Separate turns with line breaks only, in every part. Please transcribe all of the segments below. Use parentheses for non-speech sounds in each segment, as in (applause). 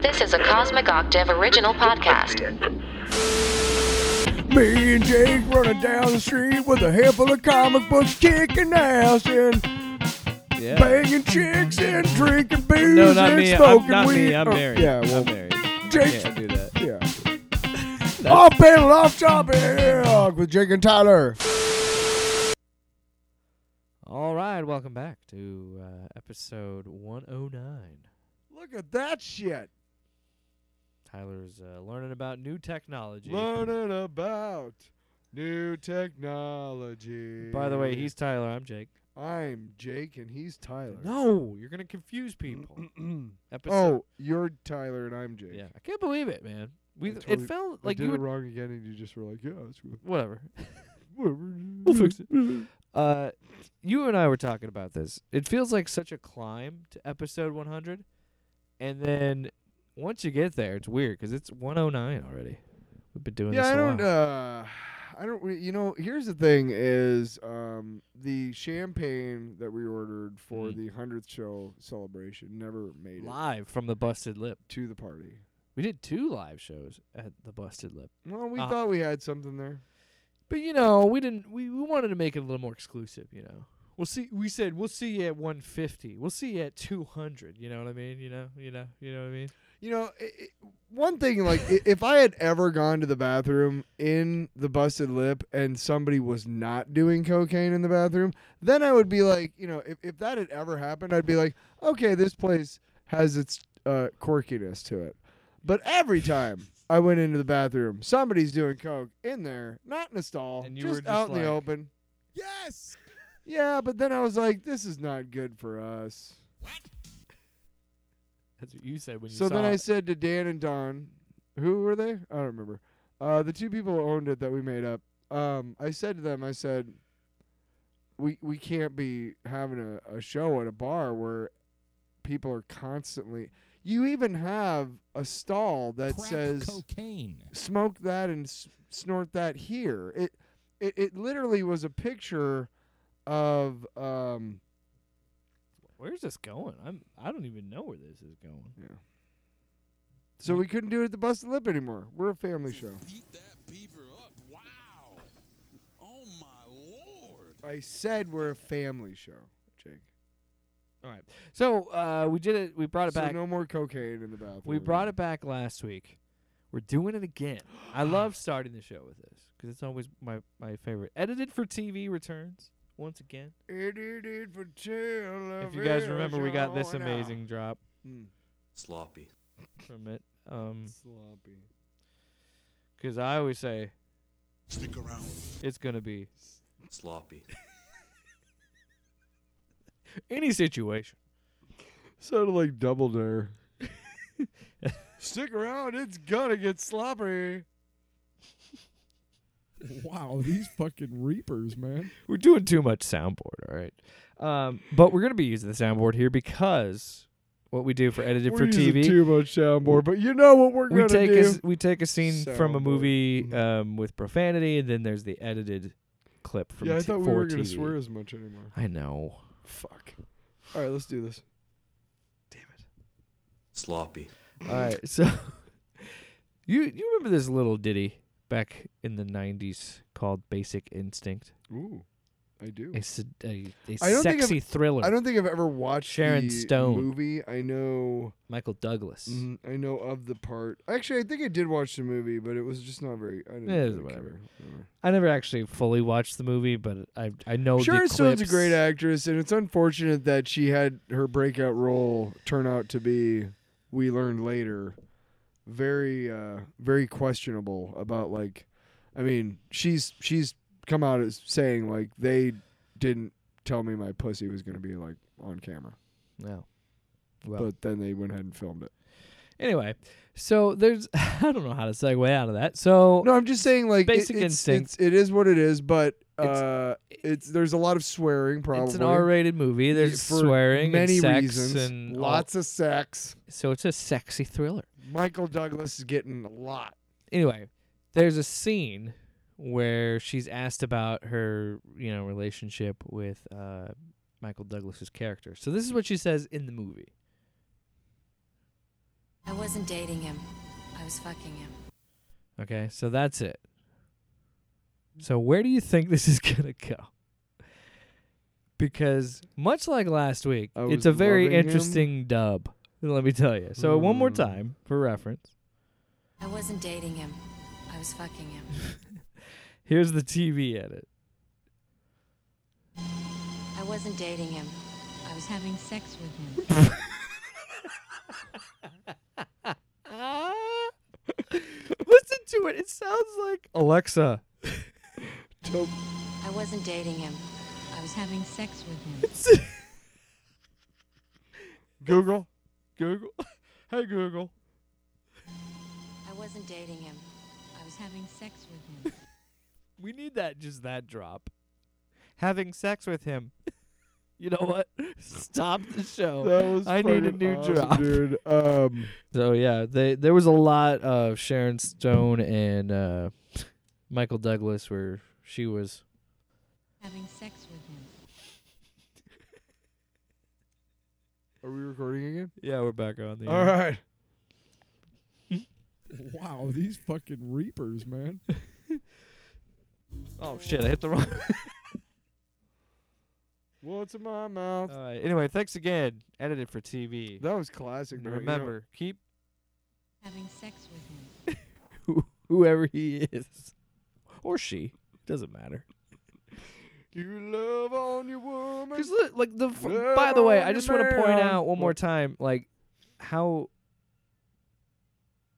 This is a Cosmic Octave original podcast.
Me and Jake running down the street with a handful of comic books, kicking ass and
Yeah.
banging chicks and drinking booze
no, not
and
me.
smoking
I'm not
weed.
me. I'm
Oh,
married.
Yeah,
I'm
well,
(laughs) married.
Jake's-
Can't do that.
yeah. Off panel, off topic with Jake and Tyler.
All right, welcome back to uh, episode 109.
Look at that shit.
Tyler's uh, learning about new technology.
Learning about new technology.
By the way, he's Tyler. I'm Jake.
I'm Jake and he's Tyler.
No, you're gonna confuse people. (clears throat) episode.
oh, you're Tyler and I'm Jake.
yeah. I can't believe it, man. We
I
th-
totally-
it felt
Like
like
did
you
it
would,
wrong again, and you just were like, "Yeah, that's good.
whatever.
whatever."
We'll fix it. Uh, you and I were talking about this. It feels like such a climb to episode 100, and then once you get there, it's weird 'cause it's 109 already. We've been doing
Yeah,
this.
I
a
don't.
while.
Uh, I don't. re- You know, here's the thing: is um, the champagne that we ordered for
Mm.
the hundredth show celebration never made it
Live from the Busted Lip.
to the party.
We did two live shows at the Busted Lip,
Well, we
Uh-huh.
thought we had something there.
but you know we didn't. We, we wanted to make it a little more exclusive. You know, we'll see. We said we'll see you at 150. We'll see you at 200. You know what I mean? You know. You know. You know what I mean?
You know, i i one thing like i- if I had ever gone to the bathroom in the busted lip and somebody was not doing cocaine in the bathroom, then I would be like, you know, if, if that had ever happened, I'd be like, okay, this place has its uh, quirkiness to it. But every time I went into the bathroom, somebody's doing coke in there, not in a stall,
And you
just,
were just
out in the
like- (laughs)
open. Yes. Yeah, but then I was like, this is not good for us.
That's what you said when you
So
saw
then
it.
I said to Dan and Don, who were they? I don't remember. Uh, the two people who owned it that we made up. Um, I said to them, I said, we we can't be having a, a show at a bar where people are constantly. You even have a stall that
crack
says
cocaine.
smoke that and s- snort that here. It, it it literally was a picture of um
Where's this going? I'm I don't even know where this is going.
so we couldn't do it at the Busted Lip anymore. We're a family show.
Eat that beaver up. Wow. Oh my lord.
I said we're a family show, Jake.
All right. So uh, we did it. We brought it
so
back.
no more cocaine in the bathroom.
we brought it back last week. We're doing it again.
(gasps)
I love starting the show with this because it's always my my favorite. Edited for TV returns once again.
It did for television.
If you guys remember, we got this amazing drop
Mm.
Sloppy.
from it. Um
Sloppy.
'cause I always say
Stick around.
it's gonna be
Sloppy.
any situation.
Sounded like Double
(laughs)
Dare. Stick around, it's gonna get sloppy.
Wow, these fucking reapers, man.
We're doing too much soundboard, all right. Um, but we're gonna be using the soundboard here because what we do for edited
we're
for
using
TV
too much soundboard, but you know what we're
we
gonna
take
do.
a, s- we take a scene from a
Soundboard.
movie
Mhm.
um, with profanity, and then there's the edited clip from.
yeah, I
t-
thought we
for
weren't gonna
TV.
swear as much anymore.
I know.
Fuck. All right, let's do this.
Damn it.
Sloppy.
All right, so (laughs) you you remember this little ditty back in the '90s called "Basic Instinct"?
Ooh, I do.
A, se- a, a
I don't think I've-
sexy thriller.
I don't think I've ever watched
Sharon
the
Stone.
movie. I know.
Michael Douglas.
Mm, I know of the part. Actually, I think I did watch the movie, but it was just not very. I didn't
Eh, it's
really
whatever.
care. Whatever.
I never actually fully watched the movie, but I I know. Oh, the
Sharon Stone's a
clips.
great actress, and it's unfortunate that she had her breakout role turn out to be, we learned later, very, uh, very questionable about like, I mean, she's she's come out as saying like they didn't tell me my pussy was going to be like on camera,
No. Well,
but then they went ahead and filmed it.
anyway, so there's (laughs) I don't know how to segue out of that. So
No, I'm just saying like it-
Basic
it's,
instinct.
It's, it is what it is, but
It's-
uh, it's there's a lot of swearing probably.
It's an R-rated movie. There's
for
swearing
many
and sex
reasons,
and all-
lots of sex.
so it's a sexy thriller.
Michael Douglas is getting a lot.
Anyway, there's a scene where she's asked about her, you know, relationship with uh, Michael Douglas's character. So this is what she says in the movie.
I wasn't dating him. I was fucking him.
Okay, so that's it. So where do you think (laughs) this is gonna go? Because much like last week,
I
it's
was
a very
loving him.
interesting dub. Let me tell you. So one more
Hmm.
time for reference.
I wasn't dating him. I was fucking him.
Here's the TV edit.
I wasn't dating him. I was having sex with him.
Ah. (laughs) Listen to it. It sounds like (laughs) Alexa.
I wasn't dating him. I was having sex with him.
Google. Google. (laughs) hey Google.
I wasn't dating him. I was having sex with him.
We need that just that drop. Having sex with him. You know what? Stop the show.
That was
I need a
fucking
new
awesome,
drop.
dude. Um,
(laughs) So yeah, they there was a lot of Sharon Stone and uh, Michael Douglas where she was
having sex with him.
are we recording again?
Yeah, we're back on the
All right.
Wow, these fucking reapers, man.
Oh shit, I hit the wrong
What's in my mouth?
All right. Anyway, thanks again. Edited for TV.
Uh, That was classic,
And
bro. You know-
remember, keep
Having sex with him.
whoever he is or she doesn't matter.
You love on your woman.
Because look, like the.
Yeah,
F- by the way, I
you
just want to point
may.
out one more
What?
time, like how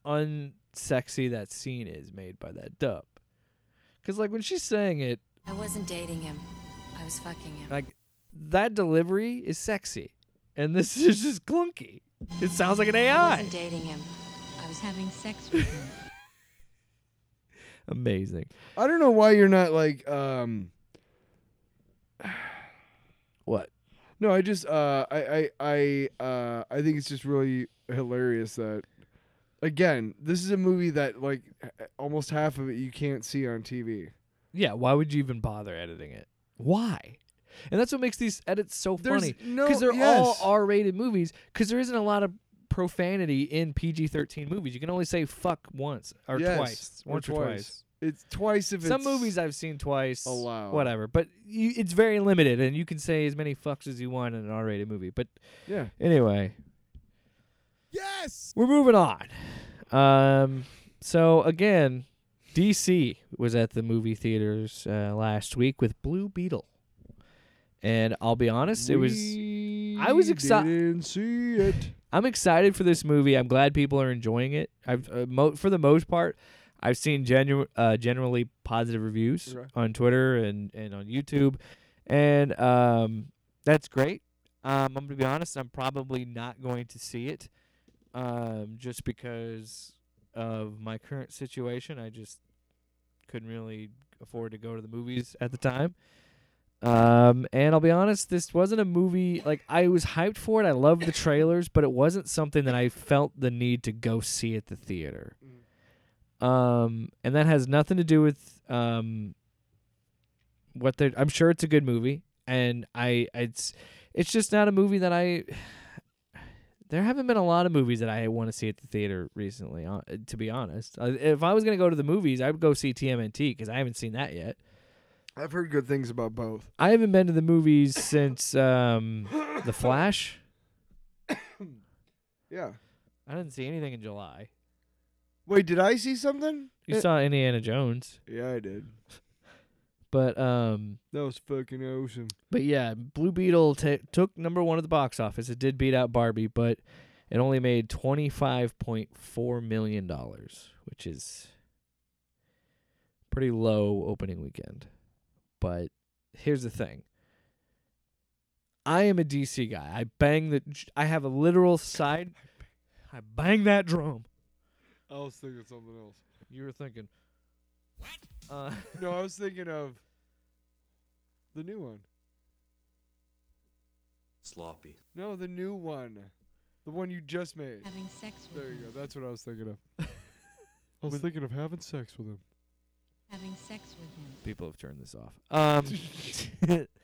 unsexy that scene is made by that dub. Because like when she's saying it,
I wasn't dating him. I was fucking him.
like that delivery is sexy, and this (laughs) is just clunky. It sounds like an
I
AI.
wasn't dating him. I was having sex with him.
Amazing.
I don't know why you're not like um
What?
no, I just uh I I I uh I think it's just really hilarious that again, this is a movie that like h- almost half of it you can't see on TV.
Yeah. Why would you even bother editing it? Why? And that's what makes these edits so
There's
funny.
no
because they're
yes.
all R-rated movies. Because there isn't a lot of profanity in PG-13 movies. You can only say "fuck" once or
Yes,
twice,
or
once or
twice.
twice.
It's twice if
Some
it's
movies I've seen twice,
allowed.
whatever. But you, it's very limited, and you can say as many fucks as you want in an R-rated movie. But
Yeah.
anyway,
Yes!
we're moving on. Um, so again, DC was at the movie theaters uh, last week with Blue Beetle, and I'll be honest, it was. I was
We
exci-
Didn't see it.
I'm excited for this movie. I'm glad people are enjoying it. I've uh, mo- for the most part, I've seen genu- uh, generally positive reviews
Okay.
on Twitter and and on YouTube, and um, that's great. Um, I'm gonna be honest. I'm probably not going to see it, um, just because of my current situation. I just couldn't really afford to go to the movies at the time. Um, and I'll be honest, this wasn't a movie like I was hyped for it. I loved the trailers, but it wasn't something that I felt the need to go see at the theater. Um, and that has nothing to do with um what they are I'm sure it's a good movie, and I it's it's just not a movie that I. (sighs) There haven't been a lot of movies that I want to see at the theater recently. hon- To be honest, Uh, if I was gonna go to the movies, I would go see TMNT because I haven't seen that yet.
I've heard good things about both.
I haven't been to the movies since um, The Flash.
Yeah.
I didn't see anything in July.
Wait, did I see something?
You
Eh,
saw Indiana Jones,
yeah, I did.
but um,
That was fucking awesome.
but yeah, Blue Beetle ta took number one at the box office. It did beat out Barbie, but it only made twenty five point four million dollars, which is pretty low opening weekend. But here's the thing. I am a DC guy. I bang the. I have a literal side. I bang that drum.
I was thinking something else.
You were thinking. What? Uh,
(laughs) No, I was thinking of the new one.
sloppy,
No, the new one. The one you just made.
Having sex with
There you
him.
go. That's what (laughs) I was thinking of. I was thinking of having sex with him.
Having sex with him.
(laughs)
people have turned this off. Um,
(laughs)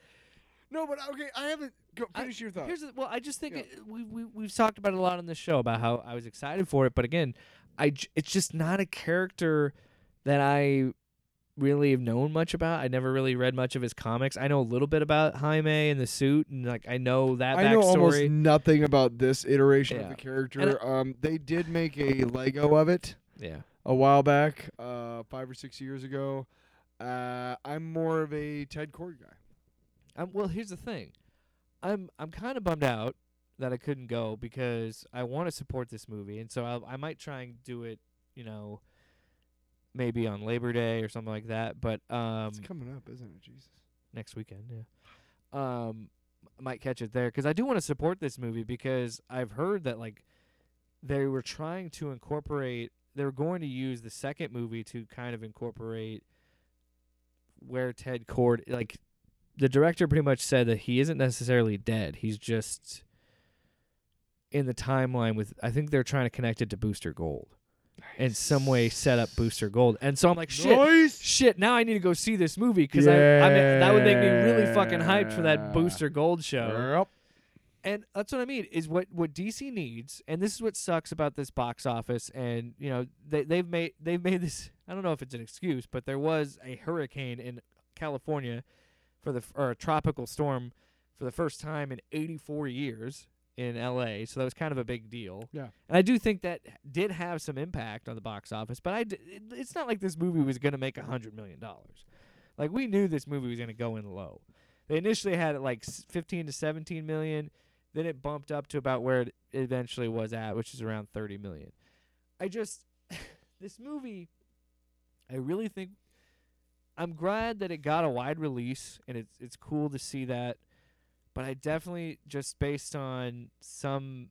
No, but okay, I haven't. Go,
I-
finish your thought.
(laughs) Here's the, well, I just think
Yeah.
it, we, we we've talked about it a lot on this show about how I was excited for it, but again, I j- it's just not a character that I really have known much about. I never really read much of his comics. I know a little bit about Jaime and the suit, and like I know that
I
backstory.
know almost nothing about this iteration of
Yeah.
the
And
character. um, they did make a Lego of it
yeah,
a while back, uh, five or six years ago. Uh, I'm more of a Ted Cord guy.
Um, well, here's the thing. I'm I'm kind of bummed out that I couldn't go because I want to support this movie, and so I I might try and do it. You know, maybe on Labor Day or something like that. But um,
it's coming up, isn't it? Jesus.
next weekend. Yeah. Um, I might catch it there because I do want to support this movie because I've heard that like they were trying to incorporate. They were going to use the second movie to kind of incorporate where Ted Cord like the director pretty much said that he isn't necessarily dead. He's just in the timeline with I think they're trying to connect it to Booster Gold. In some way, set up Booster Gold, and so I'm like, shit,
Nice.
shit, now I need to go see this movie because I, I mean, that would make me really fucking hyped for that Booster Gold show.
Yep.
And that's what I mean is what what DC needs, and this is what sucks about this box office. And you know they they've made they've made this. I don't know if it's an excuse, but there was a hurricane in California for the f- or a tropical storm for the first time in 84 years in LA. So that was kind of a big deal.
Yeah.
And I do think that did have some impact on the box office, but I d- it- it's not like this movie was going to make a 100 million dollars. Like we knew this movie was going to go in low. They initially had it like s- 15 to 17 million, then it bumped up to about where it eventually was at, which is around 30 million. I just (laughs) this movie I really think I'm glad that it got a wide release and it's it's cool to see that. But I definitely just based on some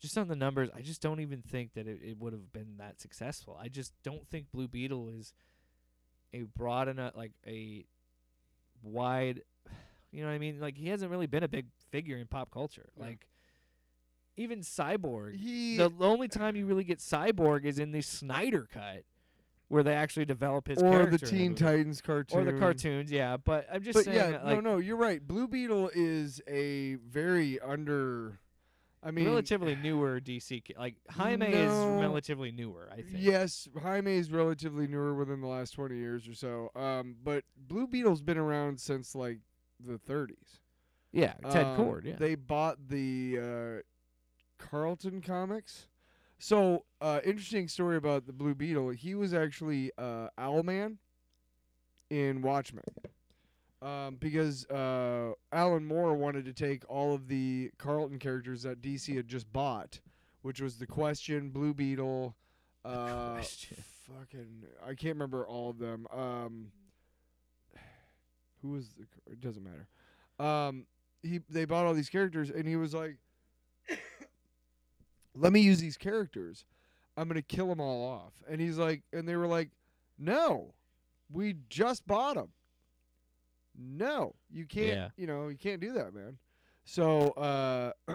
just on the numbers, I just don't even think that it, it would have been that successful. I just don't think Blue Beetle is a broad enough like a wide you know what I mean? Like he hasn't really been a big figure in pop culture.
Yeah.
Like even Cyborg
He.
the only time you really get Cyborg is in the Snyder cut, where they actually develop his
or
character
the
in
Teen
movie.
Titans cartoon.
or the cartoons. Yeah, but I'm just
But
saying.
yeah,
that, like,
no, no, you're right. Blue Beetle is a very under. I mean,
relatively newer DC. ca- Like
No.
Jaime is relatively newer. I think.
Yes, Jaime is relatively newer within the last 20 years or so. Um, but Blue Beetle's been around since like the 30s.
Yeah. Uh, Ted
Um,
Cord. Yeah.
They bought the uh, Carlton comics. So, uh, interesting story about the Blue Beetle. He was actually uh, Owlman in Watchmen. Um, because uh, Alan Moore wanted to take all of the Carlton characters that DC had just bought, which was the Question, Blue Beetle, uh,
Question.
fucking, I can't remember all of them. Um, who was the? It doesn't matter. Um, he they bought all these characters, and he was like, "Let me use these characters. I'm gonna kill them all off." And he's like, and they were like, "No, we just bought them. No, you can't.
Yeah.
You know, you can't do that, man." So uh, (clears throat)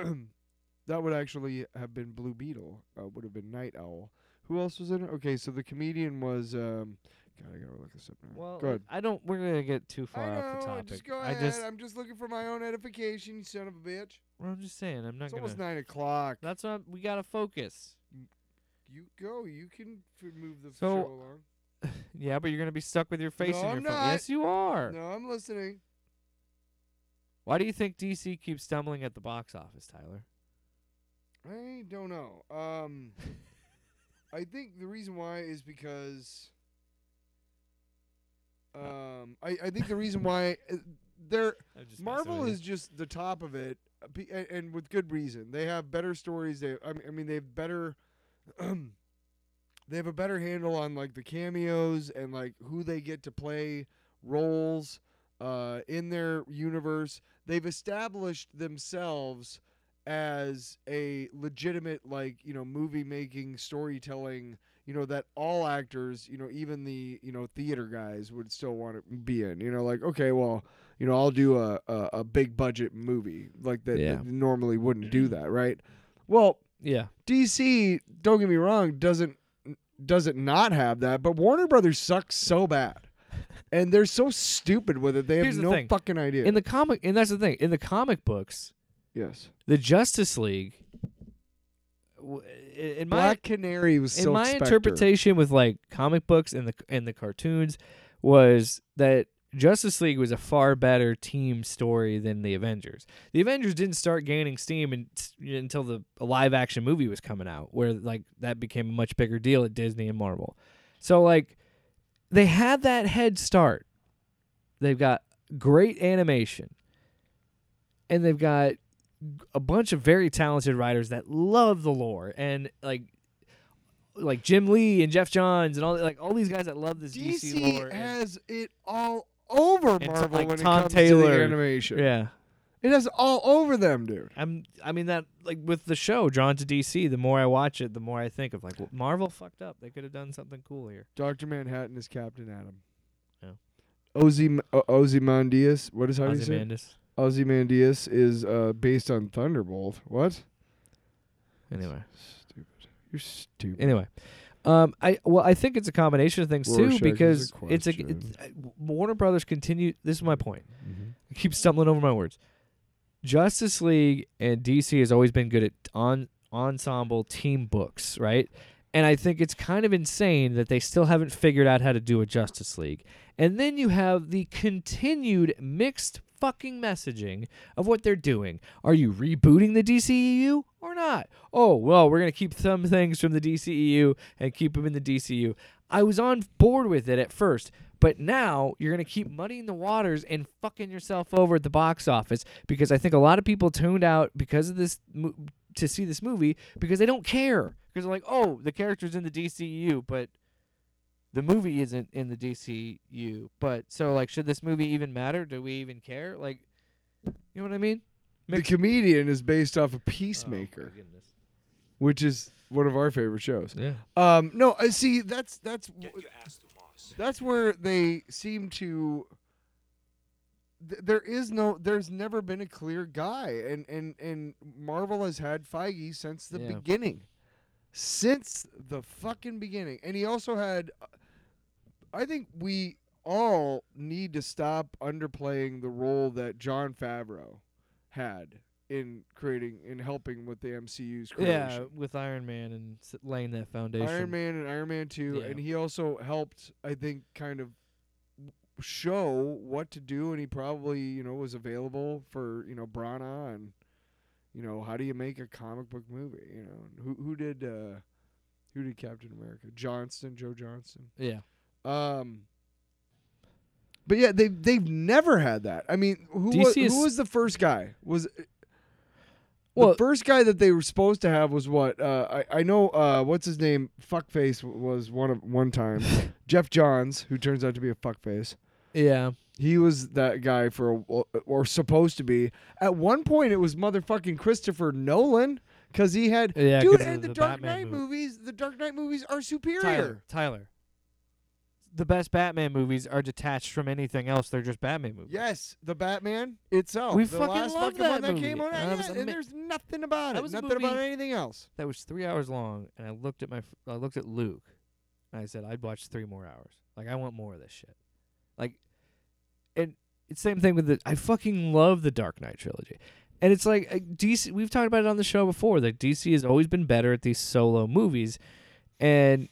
that would actually have been Blue Beetle. Uh, would have been Night Owl. Who else was in it? Okay, so the comedian was. Um, God, I gotta look this up now.
well,
go ahead.
I don't. We're gonna get too
I
far off the
know,
topic.
Just go
I
ahead.
just.
I'm just looking for my own edification, you son of a bitch.
well, I'm just saying. I'm not
It's
gonna.
almost nine o'clock.
that's what we gotta focus.
You go. You can f- move the
So,
show along.
Yeah, but you're gonna be stuck with your face
No,
in your
I'm
phone.
not.
Yes, you are.
No, I'm listening.
Why do you think DC keeps stumbling at the box office, Tyler?
I don't know.
(laughs)
Um, I think the reason why is because. Um, I, I think the reason why uh, they're
I'm just messing
Marvel
with you.
is just the top of it, uh, be- a- and with good reason. They have better stories. They, I mean, I mean they have better. (clears throat) they have a better handle on like the cameos and like who they get to play roles uh, in their universe. They've established themselves as a legitimate like you know movie making storytelling you know that all actors you know even the you know theater guys would still want to be in you know like okay well you know i'll do a a, a big budget movie like that,
Yeah.
that normally wouldn't do that right well
Yeah.
dc don't get me wrong doesn't doesn't not have that but warner brothers sucks so bad and they're so stupid with it. They have
Here's the
no
thing.
fucking idea.
In the comic, and that's the thing. In the comic books,
yes,
the Justice League. w- In my
Black Canary was
in
Silk
my
Spectre.
interpretation with like comic books and the and the cartoons was that Justice League was a far better team story than the Avengers. The Avengers didn't start gaining steam in, until the a live action movie was coming out, where like that became a much bigger deal at Disney and Marvel. So like they had that head start. They've got great animation, and they've got a bunch of very talented writers that love the lore and like like Jim Lee and Jeff Johns and all like all these guys that love this DC, lore.
DC
and-
has it all over
t-
Marvel
like
when
Tom
it comes to
Taylor.
the animation.
yeah.
It has all over them, dude.
I'm I mean that like with the show drawn to DC, the more I watch it, the more I think of like well, Marvel fucked up. They could have done something cool here.
Doctor Manhattan is Captain Adam.
Yeah.
Ozzy uh, Ozymandias. What is how do you say? it?
Ozymandias.
Ozymandias is uh, based on Thunderbolt. What?
Anyway.
Stupid. You're stupid.
Anyway. Um I well I think it's a combination of things
Rorschach is
too
a
because it's a
question.
it's, I- Warner Brothers continue this is my point.
Mhm.
I keep stumbling over my words. Justice League and DC has always been good at on ensemble team books, right? And I think it's kind of insane that they still haven't figured out how to do a Justice League. And then you have the continued mixed fucking messaging of what they're doing. Are you rebooting the DCEU or not? Oh, well, we're going to keep some things from the DCEU and keep them in the DCU. I was on board with it at first, but now you're going to keep muddying the waters and fucking yourself over at the box office because I think a lot of people tuned out because of this mo- to see this movie because they don't care. Because they're like, "Oh, the character's in the DCU, but the movie isn't in the DCU." But so like should this movie even matter? Do we even care? Like you know what I mean?
The comedian is based off of Peacemaker, which is one of our favorite shows.
Oh, yeah.
Um, no, I see. That's that's w- that's where they seem to. th- There is no, there's never been a clear guy, and and and Marvel has had Feige since the
Yeah.
beginning, since the fucking beginning, and he also had. I think we all need to stop underplaying the role that John Favreau had in creating in helping with the MCU's creation.
Yeah, with Iron Man and s- laying that foundation.
Iron Man and Iron Man 2
Yeah.
and he also helped I think kind of show what to do and he probably, you know, was available for, you know, Brana and you know, how do you make a comic book movie, you know? And who who did uh who did Captain America? Johnston, Joe Johnston.
Yeah.
Um But yeah, they they've never had that. I mean, who
DC
was,
is-
who was the first guy? Was
Well,
the first guy that they were supposed to have was what? Uh, I I know uh, what's his name. Fuckface w- was one of one
(laughs)
time. Jeff Johns, who turns out to be a fuckface.
yeah.
He was that guy for a, wh- or supposed to be. At one point, it was motherfucking Christopher Nolan because he had
Yeah, 'cause
dude.
of
And the,
the
Dark
Batman
Knight
movie.
movies, the Dark Knight movies are superior.
Tyler, Tyler. The best Batman movies are detached from anything else. They're just Batman movies.
Yes, the Batman itself.
We
the
fucking
last
love
fucking one
that
that
movie.
came out.
That was
yeah,
ama-
and there's nothing about
That
it.
was a
Nothing about
movie-
anything else.
That was three hours long, and I looked at my. fr- I looked at Luke, and I said, "I'd watch three more hours. Like, I want more of this shit. Like, and it's same thing with the. I fucking love the Dark Knight trilogy, and it's like uh, DC. We've talked about it on the show before. That DC has always been better at these solo movies, and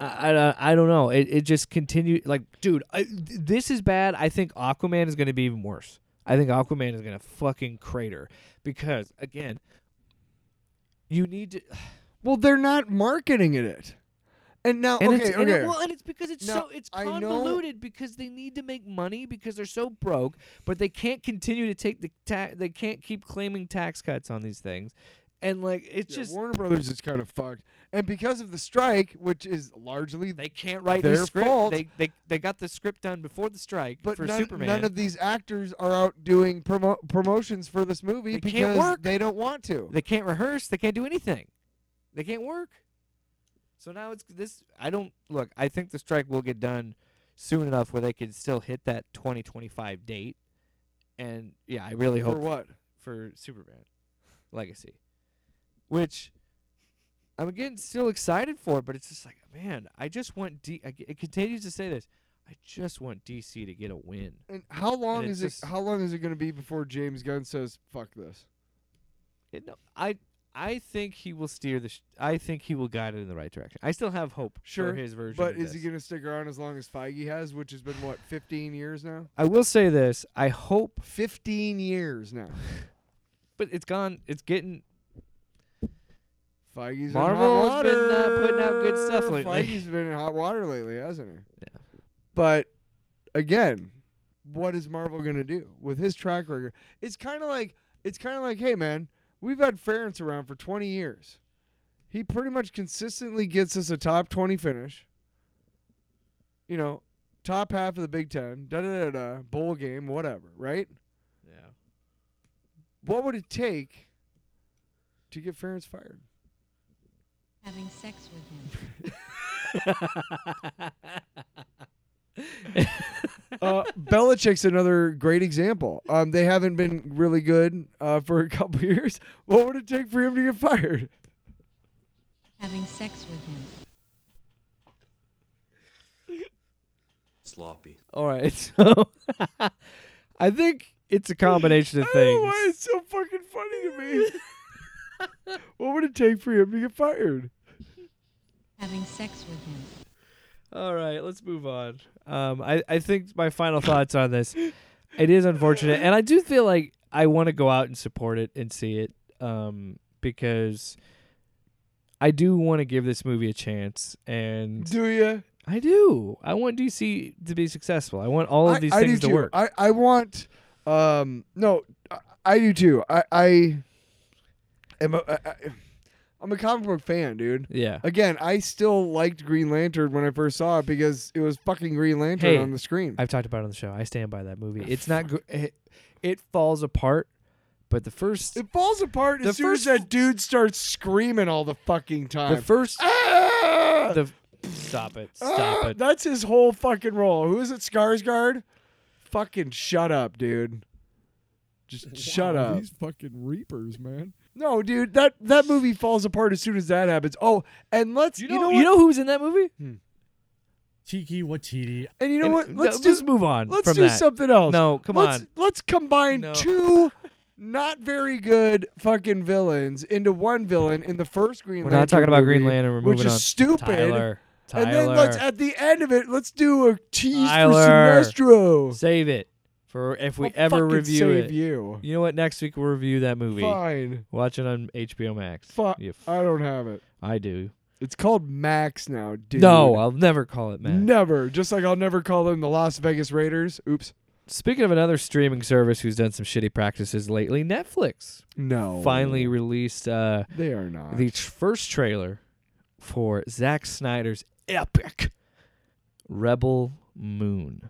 I, I, I don't know. It it just continued. Like, dude, I, th- this is bad. I think Aquaman is going to be even worse. I think Aquaman is going to fucking crater because again, you need to.
Well, they're not marketing it. And (laughs) now,
And
okay,
it's,
okay.
and it- well, and it's because it's
Now,
so it's
I know-
convoluted because they need to make money because they're so broke, but they can't continue to take the ta- they can't keep claiming tax cuts on these things, and like it's
Yeah,
just
Warner Brothers is kind of fucked, and because of the strike, which is largely
they can't write
their
the script.
fault.
They they they got the script done before the strike
but
for
none,
Superman.
none of these actors are out doing promo- promotions for this movie
They can't
because
work.
they don't want to.
They can't rehearse. They can't do anything. They can't work. So now it's this. I don't look. I think the strike will get done soon enough where they can still hit that 2025 date. And yeah, I really
for
hope
what?
for Superman Legacy, which I'm again still excited for, but it's just like, man, I just want D. I, it continues to say this. I just want DC to get a win.
And how long
And
is
it's
it?
just-
How long is it going to be before James Gunn says "fuck this"?
It, no, I I think he will steer the. Sh- I think he will guide it in the right direction. I still have hope
Sure,
for his version.
But
of
is he
this.
going to stick around as long as Feige has, which has been what 15 years now?
I will say this. I hope,
15 years now.
but it's gone. It's getting.
Feige's in hot
Marvel's
water.
been, uh, putting out good stuff lately.
Feige's been in hot water lately, hasn't he? Yeah. But again, what is Marvel going to do with his track record? It's kind of like it's kind of like, hey man, we've had Ference around for 20 years. He pretty much consistently gets us a top 20 finish. You know, top half of the Big 10, da da da da, bowl game, whatever, right?
Yeah.
What would it take to get Ference fired?
Having sex with him.
uh, Belichick's another great example. Um, they haven't been really good uh, for a couple (laughs) years. What would it take for him to get fired?
Having sex with him.
sloppy,
All right. (laughs) So I think it's a combination of
(laughs) I don't know
things.
why it's so fucking funny to me. (laughs) what would it take for him to get fired?
Having sex with him.
All right, let's move on. Um, I, I think my final thoughts on this. It is unfortunate, and I do feel like I want to go out and support it and see it um, because I do want to give this movie a chance, and
Do you?
I do. I want DC to be successful. I want all of these
I, I do
things to
too.
work.
I, I want. Um, no, I, I do too. I, I am a, I, I- I'm a comic book fan, dude.
yeah.
Again, I still liked Green Lantern when I first saw it because it was fucking Green Lantern
Hey,
on the screen.
I've talked about it on the show. I stand by that movie. It's not good. It, it falls apart, but the first
It falls apart
The
as soon as
first-
that dude starts screaming all the fucking time.
the first
Ah!
the stop it stop
Ah!
it.
That's his whole fucking role. Who is it? Skarsgård? Fucking shut up, dude. Just shut
Wow,
up.
These fucking reapers, man.
No, dude. That that movie falls apart as soon as that happens. Oh, and let's you know, what?
you know who's in that movie?
Tiki Watiti.
and you know
And-
what?
no,
Let's
just
do,
move on.
Let's
from
do
that.
something else.
No, come
let's,
on.
Let's combine
No.
two not very good fucking villains into one villain in the first Green
We're
Lantern.
not talking about
movie,
Green Lantern. We're
which
moving
is
on.
stupid.
Tyler, Tyler,
And then let's at the end of it, let's do a tease
Tyler.
for Sinestro.
(laughs) save it for if we
I'll
ever
fucking
review
save
it.
you.
You know what? Next week we'll review that movie.
Fine.
Watch it on HBO Max.
Fuck.
You f-
I don't have it.
I do.
It's called Max now, dude.
No, I'll never call it Max.
never. Just like I'll never call them the Las Vegas Raiders. Oops.
Speaking of another streaming service who's done some shitty practices lately, Netflix
No.
finally released uh,
they are not.
the tr- first trailer for Zack Snyder's epic Rebel Moon,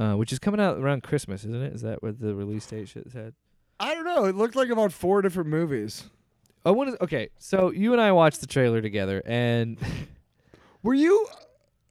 uh, which is coming out around Christmas, isn't it? Is that what the release date shit said?
I don't know. It looked like about four different movies.
I want to. Oh, Okay, so you and I watched the trailer together, and (laughs)
Were you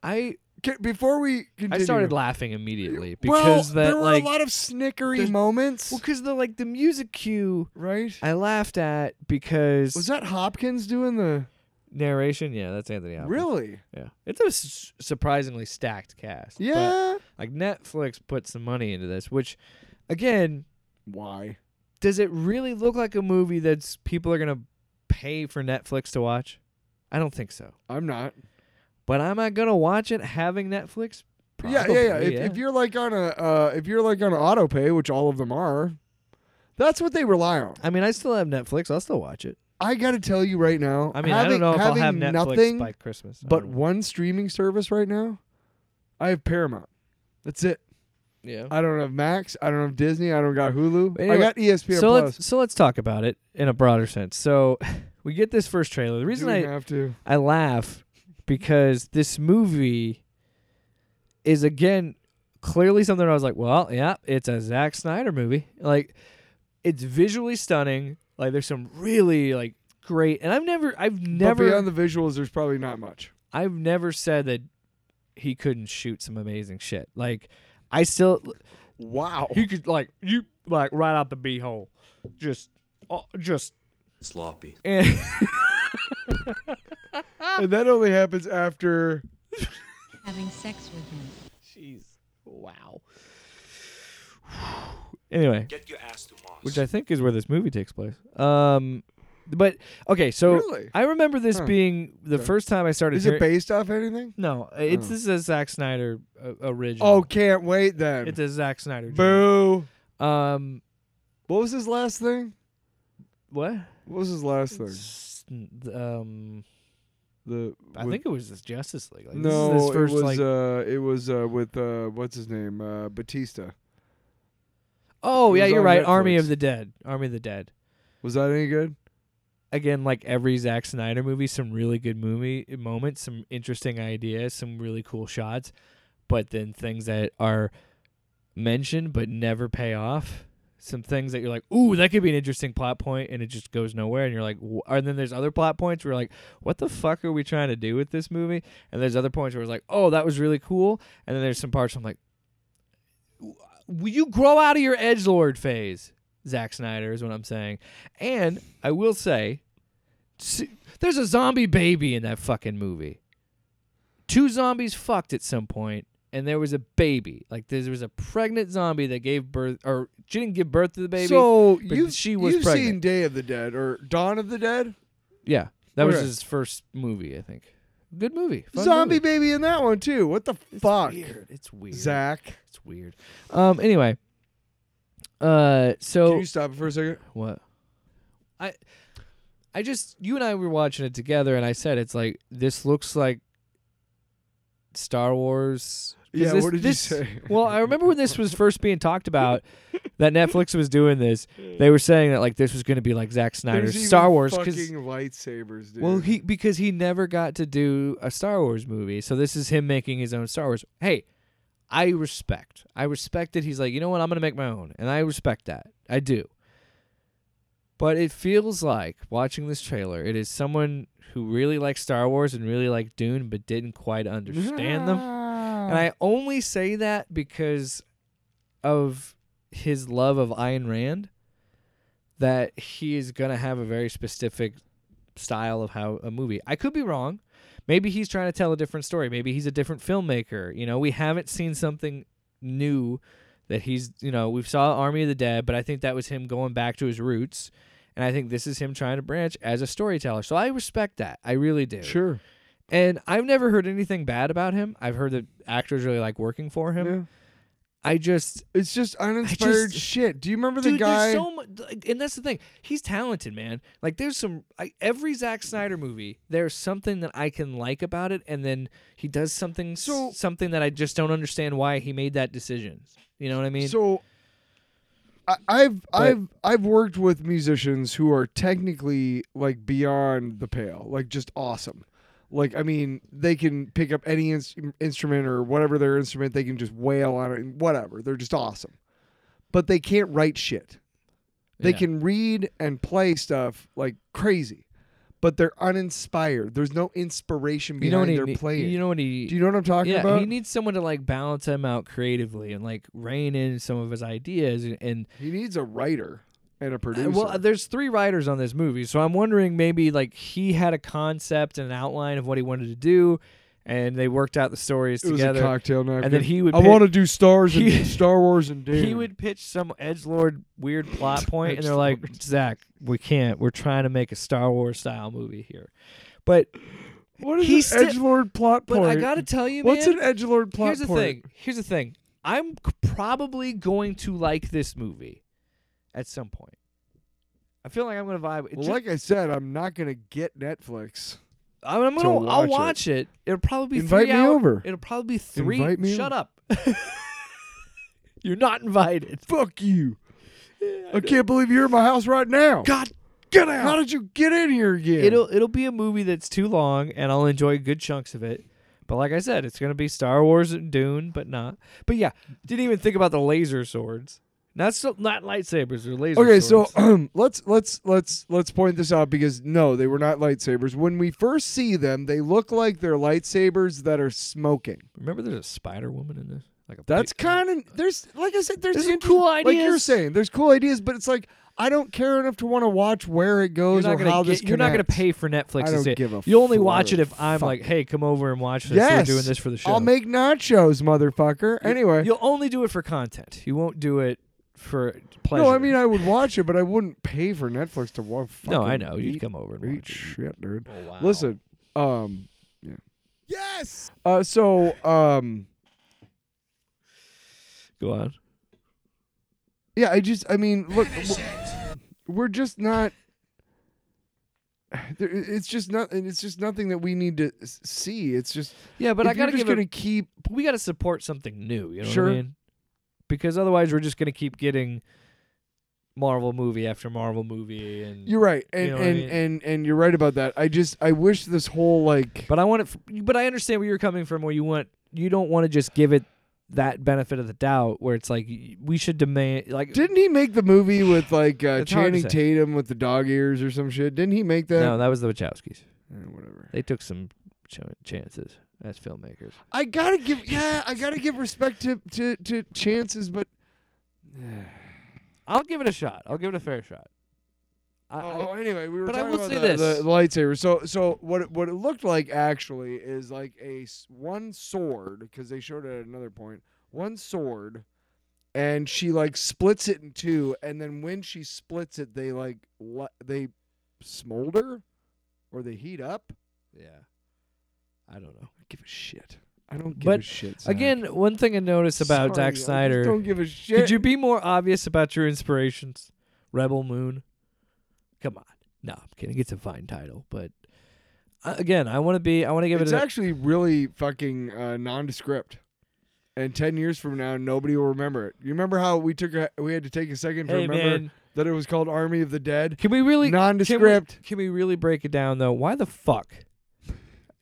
I
Ca- before we continue,
I started laughing immediately
well,
because
there
that
were
like
a lot of snickery
there's-
moments,
well because the like the music cue
right?
I laughed at because
Was that Hopkins doing the
narration? Yeah, that's Anthony. Hopkins.
really?
Yeah, it's a s- surprisingly stacked cast. but,
Yeah.
like Netflix put some money into this, which again
Why?
does it really look like a movie that's people are gonna pay for Netflix to watch? I don't think so.
I'm not.
But am I gonna watch it having Netflix?
yeah, yeah, yeah.
Probably,
If, if you're like on a uh, if you're like on auto pay, which all of them are, that's what they rely on.
I mean, I still have Netflix. I'll still watch it.
I got to tell you right now.
I
having,
mean, I don't know if I'll
having
have Netflix
nothing
by Christmas. I
but
don't know.
one streaming service right now. I have Paramount. That's it.
yeah.
I don't have Max. I don't have Disney. I don't got Hulu. I
Anyway,
got E ESPN
So
Plus.
let's so let's talk about it in a broader sense. So (laughs) we get this first trailer. The reason
Do we
I
have to.
I laugh because this movie is again clearly something I was like, well, yeah, it's a Zack Snyder movie. Like it's visually stunning. Like there's some really like great and I've never I've
But
never
beyond the visuals, there's probably not much.
I've never said that he couldn't shoot some amazing shit. Like I still
Wow.
he could like you like right out the beehole. Just uh, just
sloppy,
(laughs)
and
and that only happens after.
Having sex with him.
Jeez. Wow. Anyway,
Get your ass to Mars.
which I think is where this movie takes place. Um, but okay, so
really?
I remember this
Huh.
being the
Okay.
first time I started.
Is
hear-
it based off anything?
no, it's
Oh.
this is a Zack Snyder uh, original.
Oh, can't wait then.
it's a Zack Snyder. joint.
Boo.
Um,
What was his last thing?
what?
What was his last thing?
S- Um,
The
I
with-
think it was this Justice League. Like,
no,
this is his first
it was
like.
uh, it was uh, with uh, what's his name, uh, Batista.
oh
it
yeah,
was
you're
on
right. Army of
Netflix.
the Dead. Army of the Dead.
Was that any good?
again, like every Zack Snyder movie, some really good movie moments, some interesting ideas, some really cool shots, but then things that are mentioned but never pay off. Some things that you're like, ooh, that could be an interesting plot point, and it just goes nowhere. And you're like, wh- and then there's other plot points where you're like, what the fuck are we trying to do with this movie? And there's other points where it's like, oh, that was really cool. And then there's some parts where I'm like, w- will you grow out of your edge lord phase? Zack Snyder is what I'm saying. And I will say, s- there's a zombie baby in that fucking movie. Two zombies fucked at some point, and there was a baby. Like there was a pregnant zombie that gave birth, or she didn't give birth to the baby.
so
but
you
she was
you've
pregnant.
seen Day of the Dead or Dawn of the Dead?
yeah, that was
Okay.
his first movie, I think. Good movie. Fun
Zombie
movie.
baby in that one too. What the fuck,
Weird. It's weird.
Zach?
It's weird. Um. Anyway. Uh. So.
Can you stop it for a second?
What? I I just you and I were watching it together and I said it's like this looks like Star Wars. 'Cause
Yeah,
this-
what did
this-
you say?
Well, I remember when this was first being talked about
(laughs)
that Netflix was doing this. They were saying that like this was going to be like Zack Snyder's
There's
Star
even
Wars
fucking lightsabers, dude.
well, he because he never got to do a Star Wars movie, so this is him making his own Star Wars. Hey, I respect. I respect that he's like, you know what, I'm gonna make my own, and I respect that. I do. But it feels like watching this trailer, it is someone who really likes Star Wars and really liked Dune, but didn't quite understand them. And I only say that because of his love of Ayn Rand, that he is going to have a very specific style of how a movie. I could be wrong. Maybe he's trying to tell a different story. Maybe he's a different filmmaker. You know, we haven't seen something new that he's, you know, we saw Army of the Dead, but I think that was him going back to his roots. And I think this is him trying to branch as a storyteller. So I respect that. I really do.
sure.
And I've never heard anything bad about him. I've heard that actors really like working for him.
Yeah.
I just
It's just uninspired
just-
shit. Do you remember the
dude,
guy?
there's so much, and that's the thing. He's talented, man. Like there's some I, every Zack Snyder movie, there's something that I can like about it, and then he does something s-
So-
something that I just don't understand why he made that decision. You know what I mean?
So I, I've
But-
I've I've worked with musicians who are technically like beyond the pale, like just awesome. Like I mean, they can pick up any ins- instrument or whatever their instrument, they can just wail on it and whatever. They're just awesome. But they can't write shit. They
Yeah.
can read and play stuff like crazy, but they're uninspired. There's no inspiration
you know
behind
what he
their
ne-
playing.
You know what he
Do you know what I'm talking
yeah,
about?
he needs someone to like balance him out creatively and like rein in some of his ideas and, and
he needs a writer and a
Uh,
producer.
Well, there's three writers on this movie, so I'm wondering maybe like he had a concept and an outline of what he wanted to do, and they worked out the stories
it was
together.
a cocktail napkin.
and then he would
I
pick-
want to do stars and (laughs)
He-
Star Wars and Dune.
he would pitch some edge lord
(laughs)
weird plot point, and they're like,
Edgelord.
Zach, we can't. We're trying to make a Star Wars style movie here, but
What is
he
an
still-
edgelord plot
but
point?
I gotta tell you,
What's
man,
an edgelord plot
here's the
point?
thing. Here's the thing. I'm c- probably going to like this movie at some point. I feel like I'm gonna vibe. it
Well,
ju-
like I said, I'm not gonna get Netflix.
I'm, I'm
to
gonna. I'll
watch
watch it. It'll probably be
Invite
three
me
hour-
over.
It'll probably be three.
Invite me
shut up. (laughs) You're not invited.
Fuck you! I can't believe you're in my house right now.
God,
get out! How did you get in here again?
It'll it'll be a movie that's too long, and I'll enjoy good chunks of it. But like I said, it's gonna be Star Wars and Dune, but not. But yeah, didn't even think about the laser swords. Not so, not lightsabers or laser.
okay, so
swords.
um, (clears throat) let's let's let's let's point this out because no, they were not lightsabers. When we first see them, they look like they're lightsabers that are smoking.
remember, there's a Spider Woman in this. Like a
That's
big-
kind of there's like I said, there's
There's some
inter-
cool
Like you're
ideas.
saying, there's cool ideas, but it's like I don't care enough to want to watch where it goes
you're not
or
gonna
how
get-
this.
you're not gonna
connects.
pay for Netflix
I
to
don't
see it.
give a
you only watch it if I'm
fuck.
like, hey, come over and watch this.
Yes,
We're doing this for the show.
I'll make nachos, motherfucker.
You-
Anyway,
you'll only do it for content. You won't do it for pleasure.
no, I mean I would watch it, but I wouldn't pay for Netflix to watch.
no, I know. You'd come over and
Eat
watch.
shit, dude.
it. Oh, wow.
Listen, um, yeah.
Yes.
Uh, so, um,
go on.
yeah, I just, I mean, look, we're just not. there- It's just not. and It's just nothing that we need to s- see. It's just.
Yeah, but
if
I gotta
you're
give
just
it.
gonna keep.
we got to support something new. You know
Sure.
what I mean? Because otherwise, we're just going to keep getting Marvel movie after Marvel movie. And
You're right, and
know what I
and,
mean?
and and you're right about that. I just I wish this whole like.
but I want it. f- But I understand where you're coming from. Where you want you don't want to just give it that benefit of the doubt. Where it's like y- we should demand like
Didn't he make the movie with like uh,
It's hard to
Channing
say.
Tatum with the dog ears or some shit? Didn't he make that?
no that was the Wachowskis.
Eh, whatever.
They took some ch- chances as filmmakers.
I gotta give yeah, I gotta give respect to to, to chances, but
I'll give it a shot. I'll give it a fair shot. I,
oh, anyway, we were
but I
talking
will
about
say
the,
this.
The, the lightsaber. So so what it, what it looked like actually is like a s- one sword because they showed it at another point. One sword, and she like splits it in two, and then when she splits it, they like le- they smolder or they heat up.
I, yeah, I don't know.
I give a shit. I don't give
But
a shit. Zach.
Again, one thing I noticed about
Sorry, I
Zack
just
Snyder.
don't give a shit.
Could you be more obvious about your inspirations? Rebel Moon. Come on. No, I'm kidding. It's a fine title, but uh, again, I want to be. I want to give
it's
it. A,
actually really fucking uh, nondescript. And ten years from now, nobody will remember it. You remember how we took a, we had to take a second to
hey
remember
man,
that it was called Army of the Dead.
can we really can we- Can
Nondescript.
we, really break it down though? Why the fuck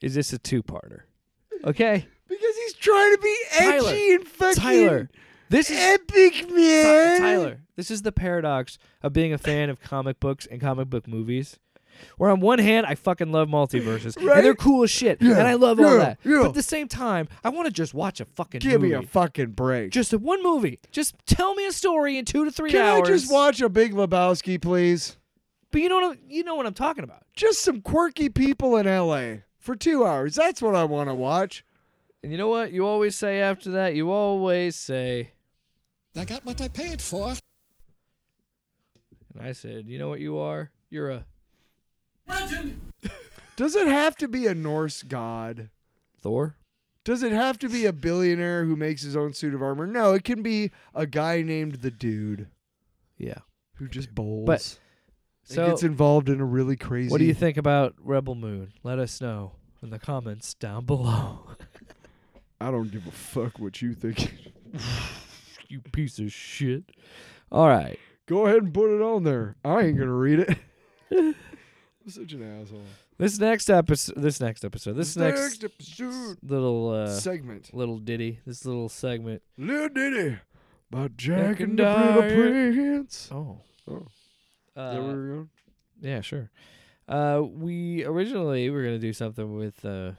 is this a two-parter? Okay,
Because he's trying to be edgy
Tyler.
and fucking
Tyler, this is
epic,
Ty-
man.
Tyler. This is the paradox of being a fan of comic books and comic book movies. Where on one hand I fucking love multiverses
Right?
and they're cool as shit
Yeah,
and I love all
yeah,
that,
yeah.
but at the same time I want to just watch a fucking
give
movie.
me a fucking break.
just a one movie. Just tell me a story in two to three
Can
hours.
I just watch a Big Lebowski, please?
But you know what? I'm, you know what I'm talking about.
Just some quirky people in L.A. for two hours. That's what I want to watch.
And you know what? You always say after that. You always say.
I got what I paid for.
And I said, you know what you are? You're a
Does it have to be a Norse god?
Thor.
Does it have to be a billionaire who makes his own suit of armor? No, it can be a guy named the dude
Yeah.
who just bowls
But-
and
So
gets involved in a really crazy.
what do you think about Rebel Moon? Let us know in the comments down below. (laughs)
I don't give a fuck what you think. (laughs)
you piece of shit. All right.
Go ahead and put it on there. I ain't gonna read
(laughs)
it. I'm such an asshole.
This next episode. This next episode. This next,
episode
little uh,
segment,
little ditty. This little segment.
Little Diddy by Jack and
and
the
I-
Little Prince.
Oh.
Oh. Is that
Uh,
where we're going?
Yeah, sure. Uh, we originally were gonna do something with uh,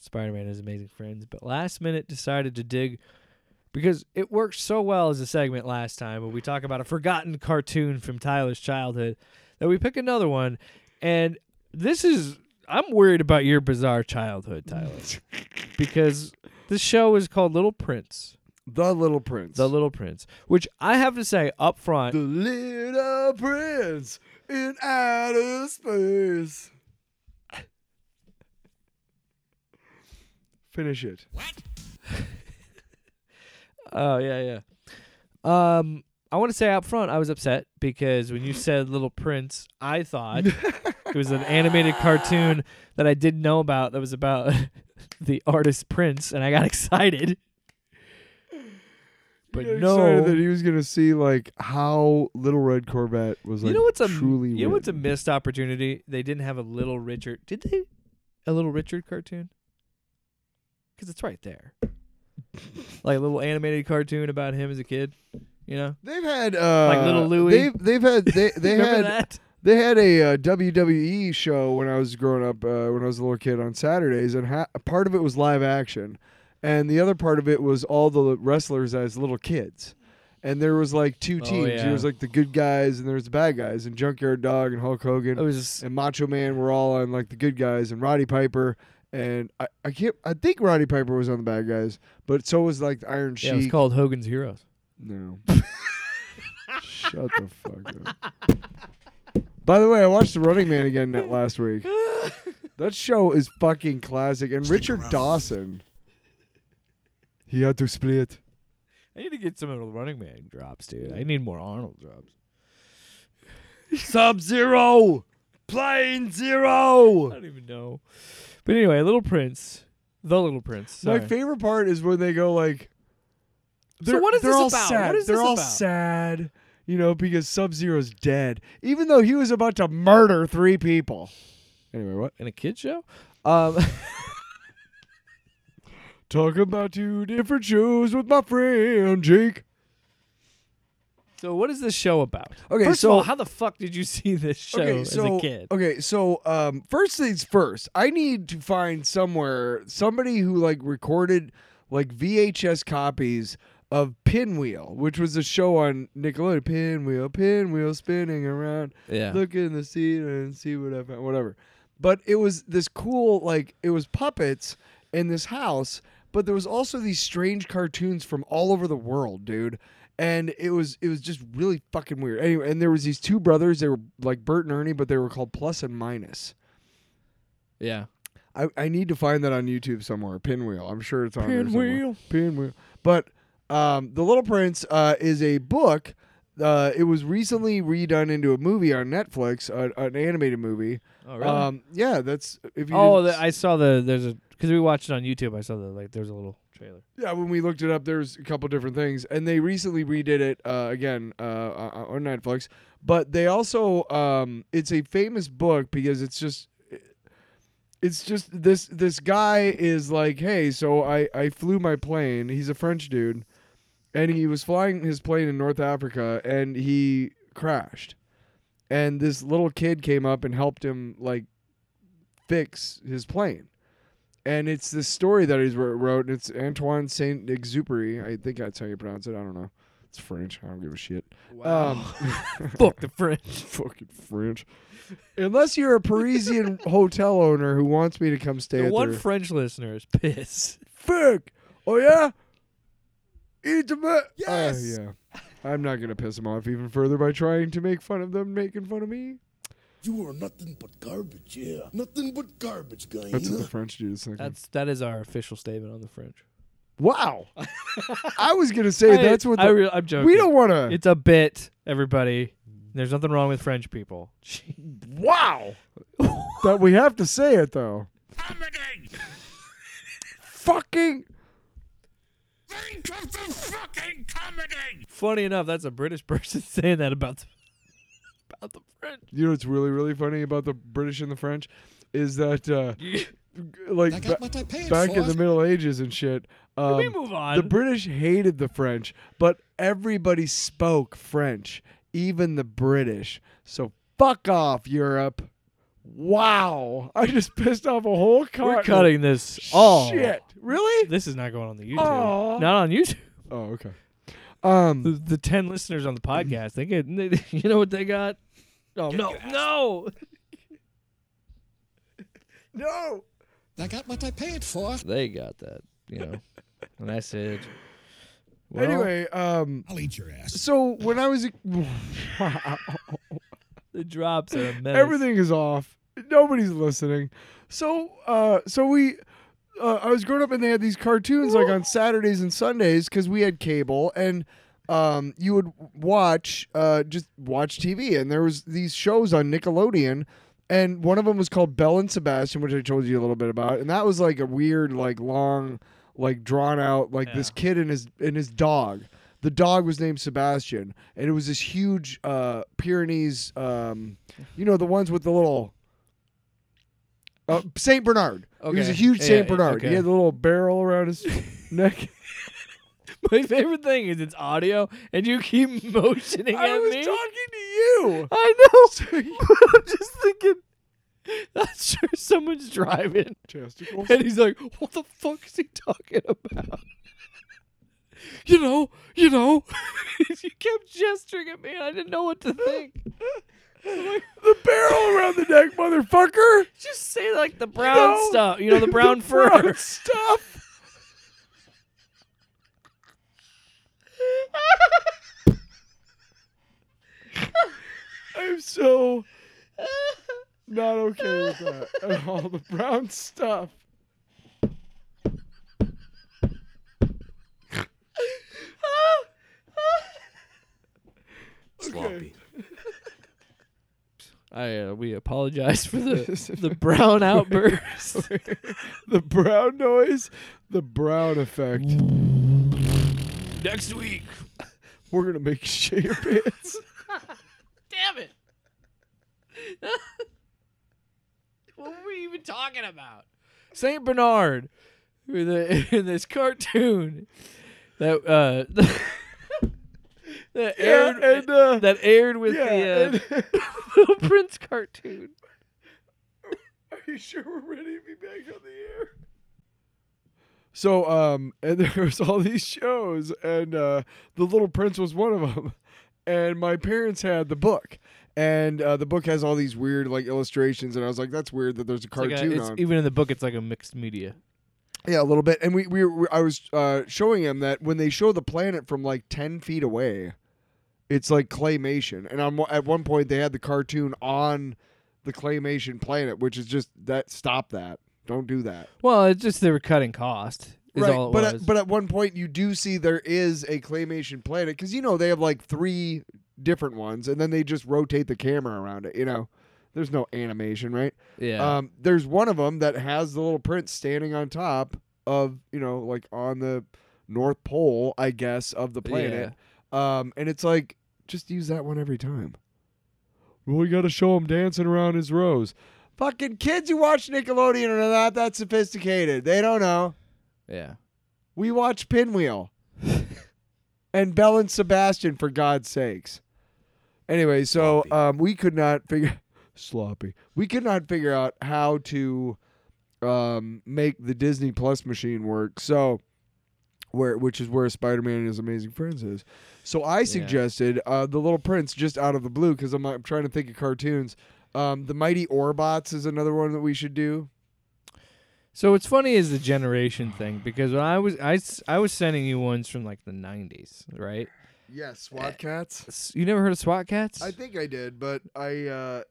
Spider-Man and His Amazing Friends, but last minute decided to dig because it worked so well as a segment last time when we talk about a forgotten cartoon from Tyler's childhood that we pick another one, and this is I'm worried about your bizarre childhood, Tyler, because this show is called Little Prince,
The Little Prince.
The Little Prince, which I have to say up front
The little prince in outer space. Finish it.
Oh yeah, yeah. Um, I want to say up front, I was upset because when you said Little Prince, I thought it was an animated cartoon that I didn't know about that was about (laughs) the artist Prince, and I got (laughs) excited. But
You're
no,
excited that he was gonna see like how Little Red Corvette was like.
you know what's a
truly?
you know what's a
written.
missed opportunity? They didn't have a Little Richard. Did they? A Little Richard cartoon? Because it's right there, like a little animated cartoon about him as a kid. You know.
They've had uh,
Little Louis?
They've they've had
(laughs)
they they
Remember
had
that?
they had a uh, WWE show when I was growing up uh, when I was a little kid on Saturdays, and ha- part of it was live action, and the other part of it was all the wrestlers as little kids. and there was like two
Oh,
teams.
yeah.
There was like the good guys and there was the bad guys. And Junkyard Dog and Hulk Hogan
It was
and Macho Man were all on like the good guys. And Roddy Piper and I, I can't. I think Roddy Piper was on the bad guys, but so was like the Iron
yeah, it was
Sheik.
called Hogan's Heroes. (laughs)
No. Shut the fuck up. By the way, I watched The Running Man again that last week. That show is fucking classic. And Richard Dawson. He had to split.
I need to get some of the Running Man drops, dude. I need more Arnold
(laughs)
drops.
Sub Zero! Plane
I
Zero!
don't even know. But anyway, Little Prince, the Little Prince. Sorry.
My favorite part is when they go like.
So
they're-
what is
they're
this
all
about?
Sad.
What is
they're
this
all
about?
sad, you know, because Sub Zero's dead, even though he was about to murder three people. Anyway, what?
in a kid show. Um, (laughs)
Talk about two different shows with my friend Jake.
so what is this show about?
Okay,
First
so
of all, how the fuck did you (laughs) see this show
okay, so
as a kid?
okay, so um, first things first, I need to find somewhere somebody who like recorded like VHS copies of Pinwheel, which was a show on Nickelodeon. Pinwheel, Pinwheel, spinning around.
Yeah.
Look in the seat and see what I found. Whatever. But it was this cool, like it was puppets in this house, but there was also these strange cartoons from all over the world, dude. And it was it was just really fucking weird. Anyway, and there was these two brothers. They were like Bert and Ernie, but they were called Plus and Minus.
Yeah.
I, I need to find that on YouTube somewhere. Pinwheel. I'm sure it's on there somewhere. Pinwheel. But um, The Little Prince uh, is a book. Uh, it was recently redone into a movie on Netflix, a, an animated movie.
Oh really?
Um, yeah, that's if you.
oh,
didn't
the,
s-
I saw the there's a because we watched it on YouTube. I saw the like there's a little trailer.
yeah. When we looked it up, there's a couple different things, and they recently redid it uh, again uh, on on Netflix. But they also, um, it's a famous book because it's just it's just this this guy is like, hey, so I I flew my plane. He's a French dude, and he was flying his plane in North Africa, and he crashed. And this little kid came up and helped him like fix his plane. And it's this story that he's wr- wrote, and it's Antoine Saint Exupery. I think that's how you pronounce it. I don't know. It's French. I don't give a shit. Um,
Fuck the French.
(laughs) fucking French. Unless you're a
(laughs)
Parisian hotel owner who wants me to come stay
The
at
one
their
French listener is pissed.
fuck. Oh yeah, eat the ma-
Yes!
Uh, yeah. I'm not gonna piss them off even further by trying to make fun of them making fun of me.
You are nothing but garbage, yeah. Nothing but garbage, guy.
That's
(laughs)
what the French dude is thinking.
That's that is our official statement on the French. (laughs)
wow. I was gonna say
I-
that's what the,
I re- I'm joking.
we don't want to.
It's a bit, everybody. There's nothing wrong with French people. (laughs)
Wow. but we have to say it though. Fucking.
Funny enough, that's a British person (laughs) saying that about the, about the French.
You know what's really really funny about the British and the French is that uh, like
I
ba-
got what I paid
back
for.
in the Middle Ages and shit. Um,
we move on.
The British hated the French, but everybody spoke French, even the British. So fuck off, Europe. Wow, I just pissed off a whole continent.
We're cutting this all.
Shit, really?
This is not going on the YouTube.
Aw.
Not on YouTube.
Oh, okay. Um,
The, the ten listeners
(laughs)
on the podcast, they get, they, (laughs) you know what they got? Oh no, no!
no.
I got what I paid for.
They got that, you know.
(laughs)
Message.
anyway, um,
I'll eat your ass.
so when I was, a- (laughs) wow,
the drops are a menace. (laughs)
everything is off. Nobody's listening. So, uh, so we, uh, I was growing up and they had these cartoons like on Saturdays and Sundays because we had cable and um, you would watch uh, just watch TV and there was these shows on Nickelodeon and one of them was called Bell and Sebastian, which I told you a little bit about, and that was like a weird, like long, like drawn out, like this kid and his and his dog. The dog was named Sebastian, and it was this huge uh, Pyrenees, um, you know, the ones with the little. Uh, Saint Bernard. He was a
Okay.
huge Saint
Yeah,
Bernard. He
okay.
had the little barrel around (laughs) his neck.
My favorite thing is it's audio, and you keep (laughs) motioning
I
at
was
me.
talking to you.
I
(laughs)
know. but (laughs) I'm just thinking. (laughs) I'm sure someone's driving,
(laughs) Testicles.
and he's like, "What the fuck is he talking about?" you know, you know. (laughs) she kept gesturing at me, and I didn't know what to think.
the barrel around the neck, motherfucker.
Just say like the brown
know,
stuff, you know,
(laughs)
the brown fur.
brown stuff. I'm so not okay with that at all. The brown stuff.
sloppy,
I uh, we apologize for
(laughs)
the the brown outburst.
The brown noise, the brown effect.
(laughs) Next week,
(laughs) We're gonna make you shit your pants.
(laughs) damn it! (laughs) what were we even talking about? Saint Bernard, with the, in this cartoon that uh (laughs) that aired
Yeah, and uh,
that aired with
yeah,
the
and-
uh, (laughs) Little Prince cartoon.
Are you sure we're ready to be back on the air? So, um, and (laughs) there was all these shows, and uh, The Little Prince was one of them. And my parents had the book, and uh, the book has all these weird like illustrations, and I was like, "That's weird that there's a
It's like a-
cartoon
it's-
on."
even in the book, it's like a mixed media.
yeah, a little bit. And we, we, we I was uh, showing him that when they show the planet from like ten feet away, it's like claymation. And on, at one point, they had the cartoon on the claymation planet, which is just that. Stop that! Don't do that.
Well, it's just they were cutting cost. Is all it
but
was.
At, but at one point you do see there is a claymation planet because you know they have like three different ones and then they just rotate the camera around it. You know, there's no animation, right?
yeah.
Um, there's one of them that has the little prince standing on top of you know like on the North Pole, I guess, of the planet. Um, and it's like just use that one every time. Well, we got to show him dancing around his rose. Fucking kids who watch Nickelodeon are not that sophisticated. They don't know.
yeah.
We watch Pinwheel and Belle and Sebastian for God's sakes. Anyway, so
Sloppy.
um, we could not figure sloppy. We could not figure out how to um, make the Disney Plus machine work. So where which is where Spider-Man and His Amazing Friends is. So I suggested uh, The Little Prince just out of the blue because I'm, I'm trying to think of cartoons. Um, the Mighty Orbots is another one that we should do.
So what's funny is the generation thing because when I was I, s- I was sending you ones from like the '90s, right?
Yes, SWAT Cats.
S- You never heard of SWAT Cats?
I think I did, but I uh,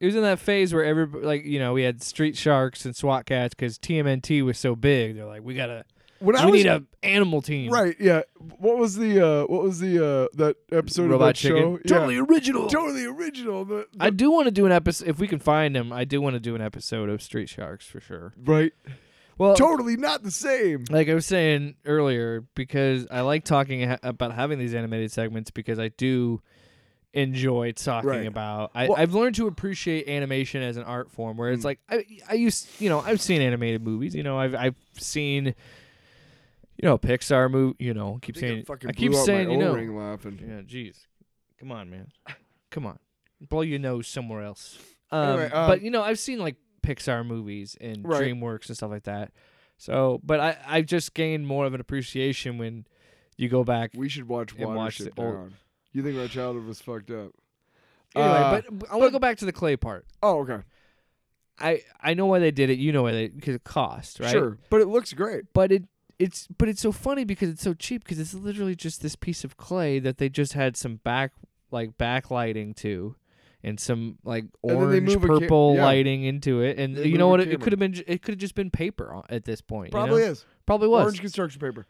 it was in that phase where everybody, like you know, we had Street Sharks and SWAT Cats because TMNT was so big. They're like, we gotta,
when I
we
was
need a animal team,
Right. Yeah. What was the uh what was the uh that episode
Robot
of that
Chicken.
show?
Totally
yeah.
original.
Totally original. The, the-
I do want to do an episode if we can find them. I do want to do an episode of Street Sharks for sure.
right.
Well,
Totally not the same.
like I was saying earlier, because I like talking ha- about having these animated segments because I do enjoy talking
Right.
about. I,
Well- Mm.
I've learned to appreciate animation as an art form, where it's like I, I used, you know, I've seen animated movies. You know, I've I've seen, you know, Pixar movie. You know, keep
think I
saying
fucking
I keep
blew out
saying
my
you know,
O-ring laughing.
yeah, jeez, come
(laughs)
on, man, come on, blow your nose somewhere else. Um,
Anyway,
but
um,
you know, I've seen like Pixar movies and
Right.
DreamWorks and stuff like that. So, but I I just gained more of an appreciation when you go back.
We should watch
And watch
Watership
the- oh.
Down. You think my childhood was fucked up?
anyway,
Uh,
but, but I want to go back to the clay part.
oh, okay,
I I know why they did it. You know why they because it cost, right?
sure. But it looks great.
But it it's but it's so funny because it's so cheap because it's literally just this piece of clay that they just had some back like backlighting to. And some like
then they
orange
move a ca-
purple
yeah.
lighting into it, and
They
you
move
know
a
what? It,
camera.
could have been. j- It could have just been paper on- at this point.
Probably
you know?
is
Probably was.
orange construction paper.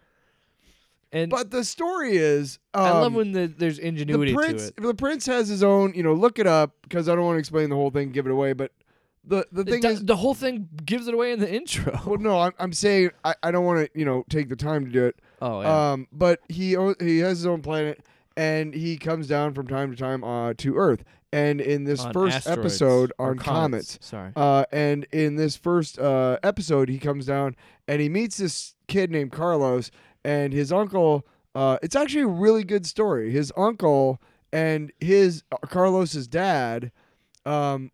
and
But the story is. Um,
I love when the, there's ingenuity
the prince,
to it.
The prince has his own. You know, look it up because I don't want to explain the whole thing, give it away. But the the
The,
thing
do-
is,
the whole thing gives it away in the intro. (laughs)
well, no, I'm, I'm saying I, I don't want to you know take the time to do it.
oh yeah,
Um, but he o- he has his own planet, and he comes down from time to time uh, to Earth. And in this
On
first
asteroids,
episode
or
on comets,
Sorry.
uh, and in this first uh, episode, he comes down and he meets this kid named Carlos and his uncle. Uh, it's actually a really good story. His uncle and his uh, Carlos's dad um,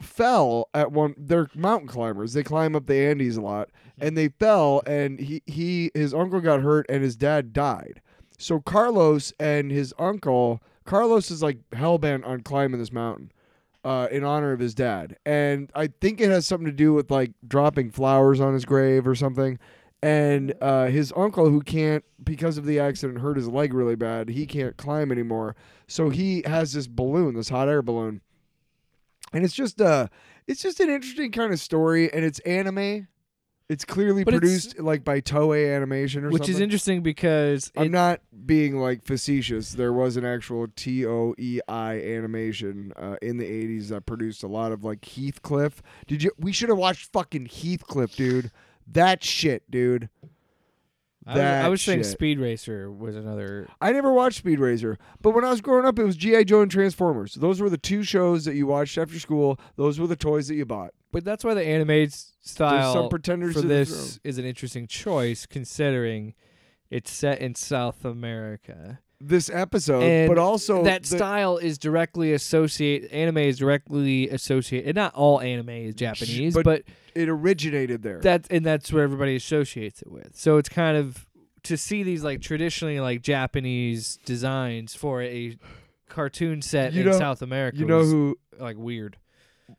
fell at one. They're mountain climbers. They climb up the Andes a lot, and they fell. And he, he his uncle got hurt, and his dad died. So Carlos and his uncle, Carlos is like hell bent on climbing this mountain, uh, in honor of his dad. And I think it has something to do with like dropping flowers on his grave or something. And uh, his uncle, who can't because of the accident, hurt his leg really bad. He can't climb anymore, so he has this balloon, this hot air balloon and it's just uh it's just an interesting kind of story and it's anime it's clearly
But it's-
produced like by toei animation or
Which
something
is interesting because
i'm
it-
not being like facetious there was an actual t-o-e-i animation uh, in the 80s that produced a lot of like heathcliff did you we should have watched fucking heathcliff dude that shit dude
I was, I
that
was saying
shit.
Speed Racer was another.
I never watched Speed Racer, but when I was growing up, it was G.I. Joe and Transformers. Those were the two shows that you watched after school. Those were the toys that you bought.
But that's why the anime s- style
Pretenders
for
to the
this is an interesting choice, considering it's set in South America.
this episode,
And
Uh, but also
that
the-
style is directly associate anime is directly associated. Not all anime is Japanese,
but-
but
it originated there.
That and that's what everybody associates it with. So it's kind of to see these like traditionally like Japanese designs for a cartoon set
You
in
know-
South America.
you know
was,
who?
like weird.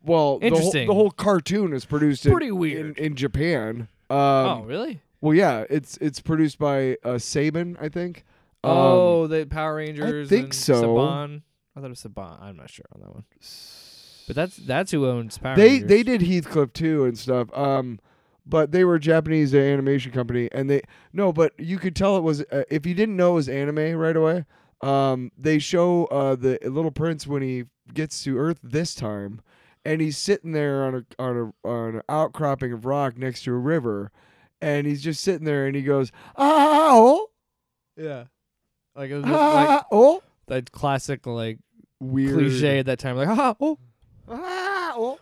Well, the whole, the
Interesting.
whole cartoon is produced in-
Pretty
in,
weird.
in Japan. Um,
oh really?
well, yeah, it's it's produced by uh, Saban, I think. Um,
oh, the Power Rangers.
think
and
so.
Saban. I thought it was Saban. I'm not sure on that one. But that's that's who owns Power
they
Rangers.
they did Heathcliff too and stuff. Um, but they were a Japanese uh, animation company, and they no, but you could tell it was uh, if you didn't know it was anime right away. Um, they show uh the Little Prince when he gets to Earth this time, and he's sitting there on a on a on an outcropping of rock next to a river, and he's just sitting there, and he goes ah oh
yeah. Like, it was like
ah oh
that classic like
weird
cliche at that time, like (laughs) ah oh
ah oh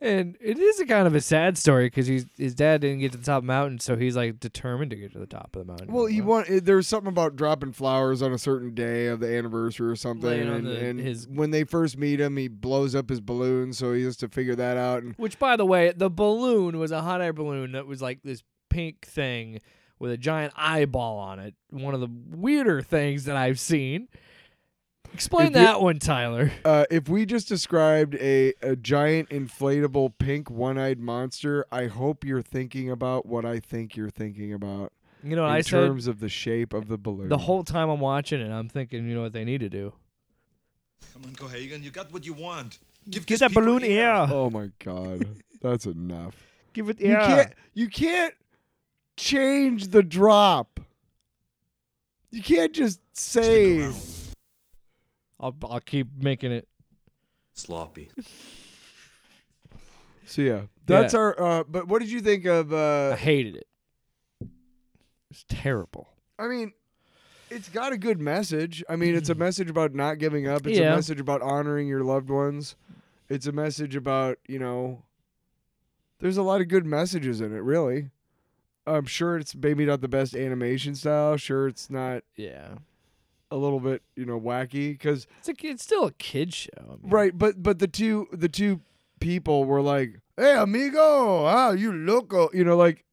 And it is a kind of a sad story because he's his dad didn't get to the top of the mountain, so he's like determined to get to the top of the mountain.
Well, he want eh, there was something about dropping flowers on a certain day of the anniversary or something,
Laying on
and,
the-
and
his-
when they first meet him, he blows up his balloon, so he has to figure that out. And
Which, by the way, the balloon was a hot air balloon that was like this pink thing with a giant eyeball on it. One of the weirder things that I've seen. Explain
If you-
that one, Tyler.
uh, if we just described a, a giant inflatable pink one-eyed monster, I hope you're thinking about what I think you're thinking about
You know what
in
I said?
terms of the shape of the balloon.
The whole time I'm watching it, I'm thinking, you know what they need to do?
Come on, Cohagen, you got what you want. Give
Get
these
that
people
balloon air.
(laughs) Oh my god, that's enough.
Give it
You can't you can't change the drop. You can't just say.
I'll, I'll keep making it.
Sloppy.
So yeah, that's
Yeah.
our. Uh, but what did you think of?
I
Uh,
hated it. It's terrible.
I mean, it's got a good message. I mean, it's a message about not giving up. It's
Yeah.
a message about honoring your loved ones. It's a message about you know. There's a lot of good messages in it, really. I'm sure it's maybe not the best animation style. Sure, it's not
Yeah.
a little bit you know wacky because
It's a, it's still a kid show. I mean,
right, but but the two the two people were like, "Hey, amigo, ah, you loco," you know, like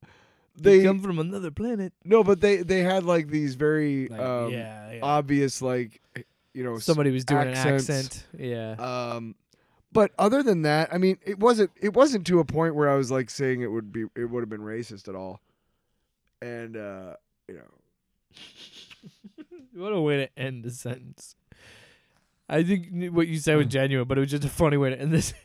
They
they
come from another planet.
No, but they they had like these very
Like,
um,
yeah, yeah.
obvious like you know s-
Somebody was doing
accents.
an accent. Yeah.
Um, but other than that, I mean, it wasn't it wasn't to a point where I was like saying it would be it would have been racist at all, and uh, you know.
What a way to end the sentence. I think what you said was genuine, but it was just a funny way to end this. (laughs)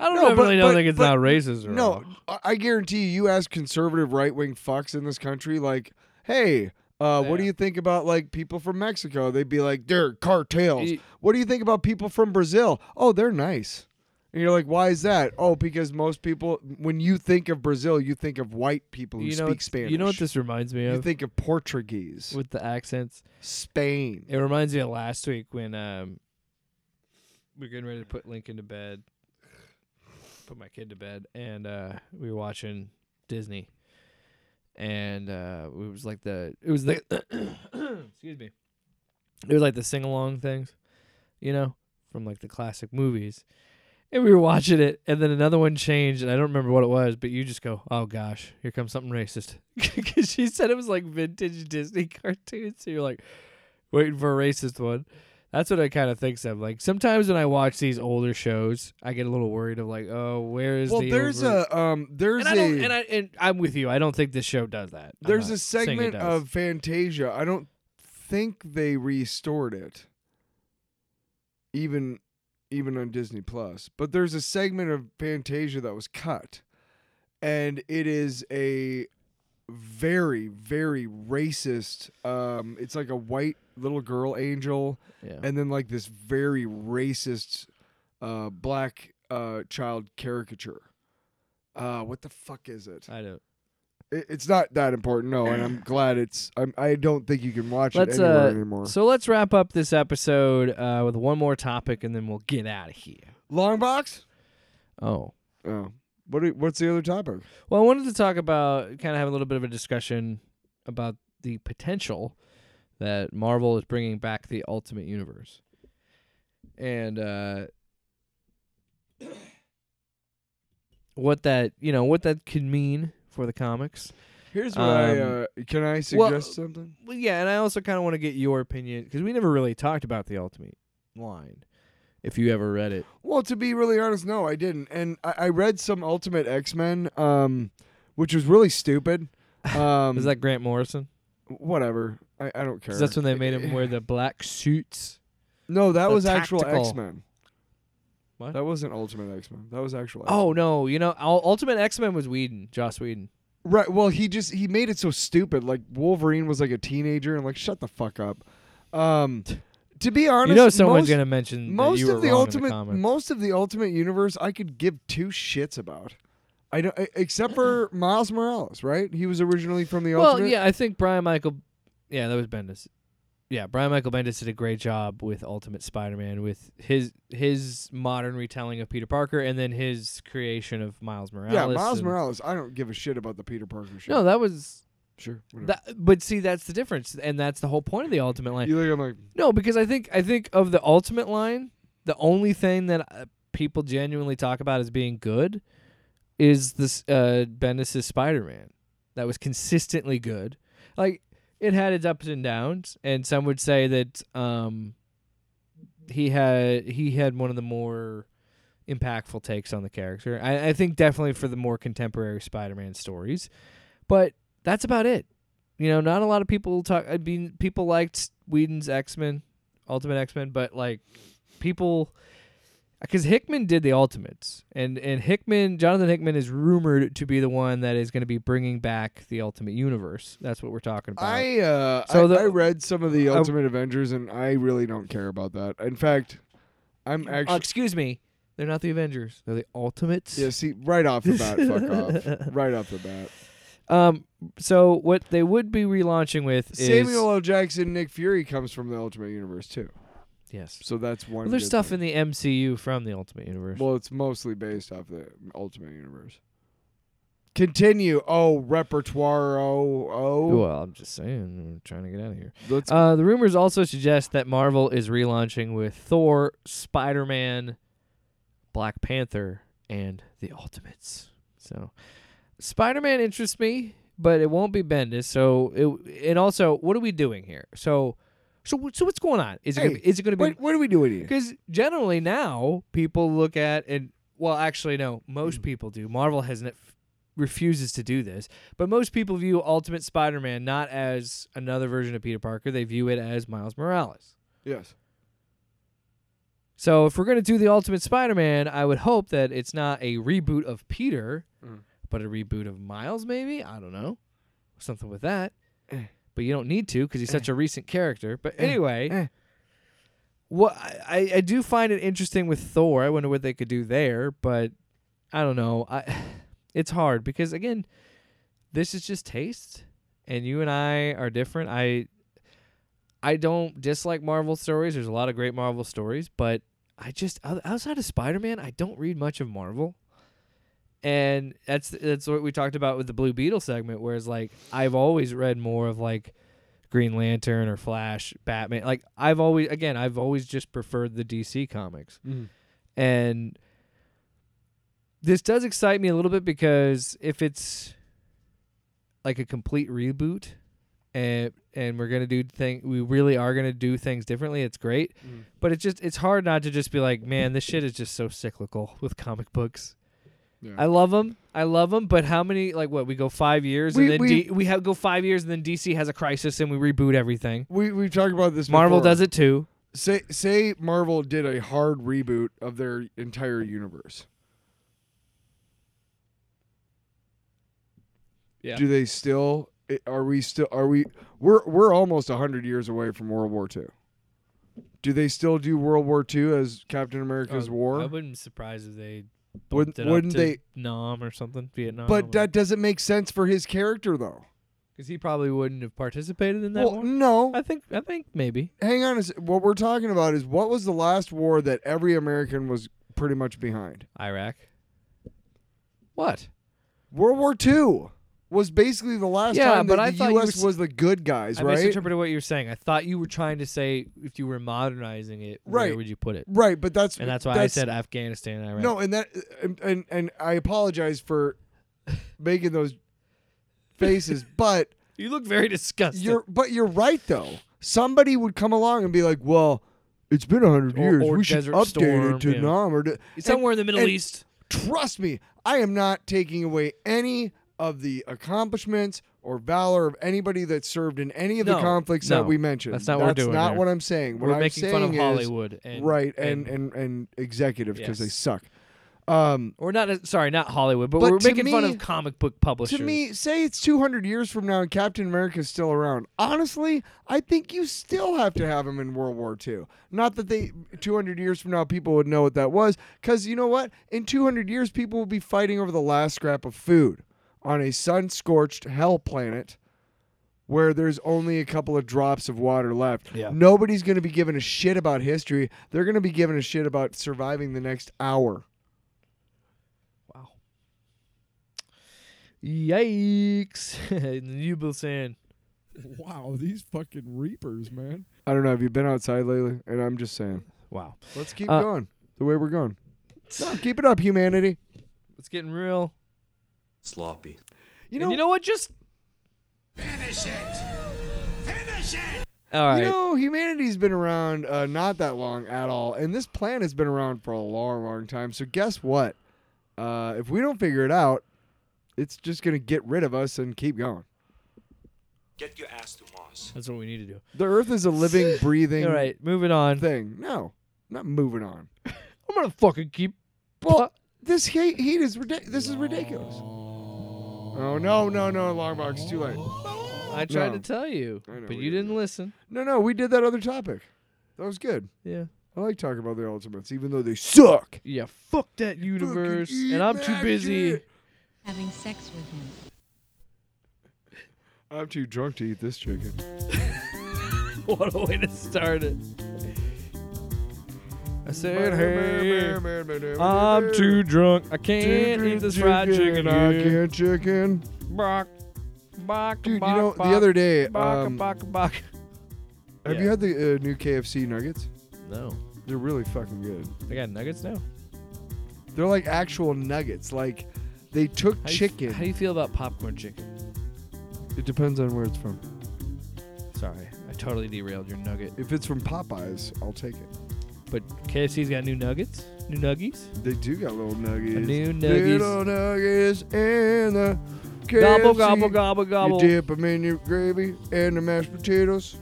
I don't
Hmm. No,
know, I
but-
really don't
but-
think it's
but-
not racist or
No,
all.
I- I guarantee you, you ask conservative right wing fucks in this country, like, hey, uh, what do
Yeah.
you think about like people from Mexico? They'd be like, they're cartels.
Y-
what do you think about people from Brazil? Oh, they're nice. And you're like, why is that? Oh, because most people, when you think of Brazil, you think of white people who
You know,
speak
what-
Spanish.
you know what this reminds me
You
of
think of Portuguese,
with the accents?
Spain.
It reminds me of last week when um, we were getting ready to put Lincoln to bed, put my kid to bed, and uh, we were watching Disney, and uh, it was like the (coughs) it was the excuse me, it was like the sing along things, you know, from like the classic movies. And we were watching it, and then another one changed, and I don't remember what it was, but you just go, "Oh gosh, here comes something racist," (laughs) because she said it was like vintage Disney (laughs) cartoons. So you're like waiting for a racist one. That's what I kind of think. Of like sometimes when I watch these older shows, I get a little worried of like, "Oh, where is
well,
the?"
there's
overt-
a um, there's
and I don't,
a
and I and I'm with you. I don't think this show does that. I'm
there's
not
a
saying it
segment
does.
of Fantasia. I don't think they restored it, even even on Disney Plus. But there's a segment of Fantasia that was cut, and it is a very very racist. Um, it's like a white little girl angel,
yeah.
and then like this very racist uh, black uh, child caricature. Uh, what the fuck is it?
I don't.
It- it's not that important, no, and (sighs) I'm glad it's. I'm, I don't think you can watch
Let's,
it anywhere
uh,
anymore.
So let's wrap up this episode uh, with one more topic, and then we'll get out of here.
Long box.
Oh,
Oh, what? do- what's the other topic?
well, I wanted to talk about kind of have a little bit of a discussion about the potential that Marvel is bringing back the Ultimate Universe, and uh, (clears throat) what that you know what that could mean for the comics.
Here's what I.
Um,
Uh, can I suggest
well-
something?
Well, yeah, and I also kind of want to get your opinion because we never really talked about the Ultimate line. If you ever read it,
Well, to be really honest, no, I didn't. And I, I read some Ultimate X Men, um, which was really
(laughs)
stupid. Um,
was that Grant Morrison?
whatever? I, I don't care.
'Cause that's when they
(laughs)
made him wear the black suits.
No, that
the
was actual
tactical-
X Men.
What?
That wasn't Ultimate X Men. That was actual. X-Men.
Oh no, you know, Ul- Ultimate X Men was Whedon, Joss Whedon.
Right. Well, he just he made it so stupid. Like Wolverine was like a teenager and like shut the fuck up. Um, to be honest,
you know, someone's
most,
gonna mention that
most
you were
of the
wrong
ultimate
in the comments.
most of the ultimate universe I could give two shits about. I don't, e- except
(laughs)
for Miles Morales, right? He was originally from the
well,
ultimate.
yeah, I think Brian Michael. Yeah, that was Bendis. Yeah, Brian Michael Bendis did a great job with Ultimate Spider-Man with his his modern retelling of Peter Parker and then his creation of Miles Morales.
yeah. Miles
and-
Morales. I don't give a shit about the Peter Parker shit.
No, that was
sure. whatever.
That, but see, that's the difference, and that's the whole point of the ultimate line.
you look, I'm like,
No, because I think I think of the ultimate line, the only thing that uh, people genuinely talk about as being good is this uh, Bendis's Spider-Man that was consistently good. Like it had its ups and downs, and some would say that um, he had he had one of the more impactful takes on the character. I, I think definitely for the more contemporary Spider-Man stories, but that's about it. You know, not a lot of people talk. I mean, people liked Whedon's X Men, Ultimate X Men, but like people, because Hickman did the Ultimates, and and Hickman, Jonathan Hickman, is rumored to be the one that is going to be bringing back the Ultimate Universe. That's what we're talking about.
I uh,
So
I,
the-
I read some of the
I-
Ultimate Avengers, and I really don't care about that. In fact, I'm
Uh,
actually
excuse me, they're not the Avengers. They're the Ultimates.
Yeah, see, right off the bat,
(laughs)
fuck off. Right off the bat.
Um. So what they would be relaunching with
Samuel L. Jackson, Nick Fury comes from the Ultimate Universe too,
is yes.
so that's one.
Well, there's
good
stuff
thing.
in the MCU from the Ultimate Universe.
Well, it's mostly based off the Ultimate Universe. Continue. Oh, repertoire. Oh, oh.
well I'm just saying. I'm trying to get out of here.
Let's.
Uh, the rumors also suggest that Marvel is relaunching with Thor, Spider Man, Black Panther, and the Ultimates. So, Spider Man interests me, but it won't be Bendis. So, it and also, what are we doing here? So, so what- so what's going on? Is it gonna
Hey,
be, is it going to be
what, what are we doing here?
because generally now people look at and well, actually no, most people do. Marvel has not refuses to do this, but most people view Ultimate Spider-Man not as another version of Peter Parker. They view it as Miles Morales.
Yes.
So if we're gonna do the Ultimate Spider-Man, I would hope that it's not a reboot of Peter,
Mm.
but a reboot of Miles. Maybe I don't know, something with that. But you don't need to because he's such a recent character. But
eh.
anyway, what I, I do find it interesting with Thor. I wonder what they could do there, but I don't know. I (sighs) it's hard because again, this is just taste, and you and I are different. I I don't dislike Marvel stories. There's a lot of great Marvel stories, but I just o- outside of Spider-Man, I don't read much of Marvel. And that's that's what we talked about with the Blue Beetle segment whereas like I've always read more of like Green Lantern or Flash, Batman. Like I've always again, I've always just preferred the DC comics.
Mhm.
And this does excite me a little bit because if it's like a complete reboot and and we're going to do thing we really are going to do things differently, it's great.
Mm.
But it's just it's hard not to just be like, man, this shit is just so cyclical with comic books.
Yeah.
I love them. I love them, but how many like what we go 5 years
We-
and then
we-
D, we have go 5 years and then DC has a crisis and we reboot everything.
We we talked about this.
Marvel
before.
does it too.
Say say Marvel did a hard reboot of their entire universe.
Yeah.
Do they still? i- Are we still? Are we? We're we're almost hundred years away from World War II. Do they still do World War II as Captain America's
I
war?
wouldn't surprise if they bumped
Wouldn't-
it up
wouldn't
to
they-
Nam or something Vietnam.
But that doesn't make sense for his character, though.
because he probably wouldn't have participated in that
Well,
war.
no.
I think I think maybe
Hang on. A s- what we're talking about is what was the last war that every American was pretty much behind?
Iraq. What?
World War II was basically the last
Yeah,
time
but
that
I
the
thought you were
U.S.
s-
was the good guys,
I
right?
misinterpreted what you were saying. I thought you were trying to say if you were modernizing it,
Right.
where would you put it?
Right, but that's
And that's why I said Afghanistan and Iraq.
no, and that and, and and I apologize for making
(laughs)
those faces, but
you look very disgusted.
you're but you're right though. Somebody would come along and be like, "Well, it's been a hundred
Or-
years.
or
we should
Desert
update
Storm,
it to
yeah.
Nam or to,
somewhere in the Middle
and-
East.
trust me, I am not taking away any of the accomplishments or valor of anybody that served in any of the
No,
conflicts
no.
that we mentioned.
That's not what we're doing
not
there.
what I'm saying. What
We're
I'm
making
saying
fun of
is,
Hollywood, and,
right, and and and executives because they
Yes.
suck. Um,
or not. uh, Sorry, not Hollywood, but,
But
we're
to
making fun
me-
of comic book publishers.
to me, say it's 200 years from now and Captain America's still around. Honestly, I think you still have to have him in World War II. Not that they 200 years from now people would know what that was, because you know what? In 200 years, people will be fighting over the last scrap of food on a sun-scorched hell planet where there's only a couple of drops of water left.
Yeah.
Nobody's going to be giving a shit about history. They're going to be giving a shit about surviving the next hour.
Wow. Yikes. (laughs) Nubel saying,
Wow, these fucking reapers, man.
I don't know. Have you been outside lately? And I'm just saying.
wow.
Let's keep
Uh,
going the way we're going.
(laughs)
No, keep it up, humanity.
It's getting real.
Sloppy.
You
and
know,
you know what? Just. Finish it! Finish it! All right.
you know, humanity's been around uh, not that long at all, and this planet's been around for a long, long time. So guess what? Uh, if we don't figure it out, it's just gonna get rid of us and keep going.
Get your ass to Mars.
That's what we need to do.
The Earth is a
(laughs)
living, breathing
All right, moving on.
thing. No, not moving on.
I'm going to fucking keep.
Well, this heat, heat is ridiculous. This is ridiculous. Oh no, no, no, Longbox, too late.
I
No.
tried to tell you,
I know
but
we
you
did.
didn't listen.
No, no, we did that other topic. That was good.
Yeah.
I like talking about the Ultimates, even though they suck.
Yeah, fuck that universe.
eat
And I'm too
that
busy.
shit.
Having sex with him.
I'm too drunk to eat this chicken.
(laughs) What a way to start it. I said, (laughs) hey, I'm too drunk. I can't eat this fried chicken.
I
yeah.
can't chicken.
Bark, bark,
Dude, you
bark,
know, the
bark,
other day,
bark,
um,
bark,
(laughs)
bark.
Have
Yeah.
you had the uh, new KFC nuggets?
No,
They're really fucking good.
I got nuggets now.
They're like actual nuggets. Like they took chicken.
how do you feel about popcorn chicken?
it depends on where it's from.
Sorry, I totally derailed your nugget.
If it's from Popeyes, I'll take it.
But KFC's got new nuggets, new nuggies.
They do got little nuggets.
new
Little nuggets in the KFC.
Gobble, gobble, gobble, gobble.
You dip them in your gravy and the mashed potatoes.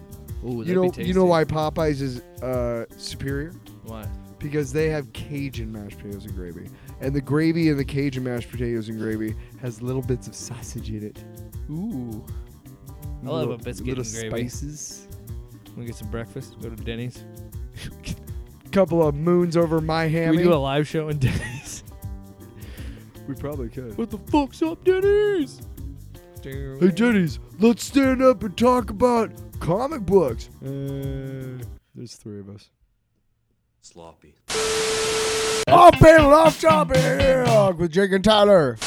Ooh,
you
that'd be
know, you know
tasty.
why Popeyes is uh, superior?
Why?
Because they have Cajun mashed potatoes and gravy, and the gravy in the Cajun mashed potatoes and gravy has little bits of sausage in it.
Ooh, I love
little,
a biscuit
little
and gravy.
spices.
we get some breakfast. Go to Denny's.
Couple of moons over my
Can
hammy.
we do a live show in (laughs) Denny's?
We probably could.
what the fuck's up, Denny's?
Hey, Denny's, let's stand up and talk about comic books. Uh, there's three of
(laughs)
us.
Sloppy.
Off panel, off topic with Jake and Tyler.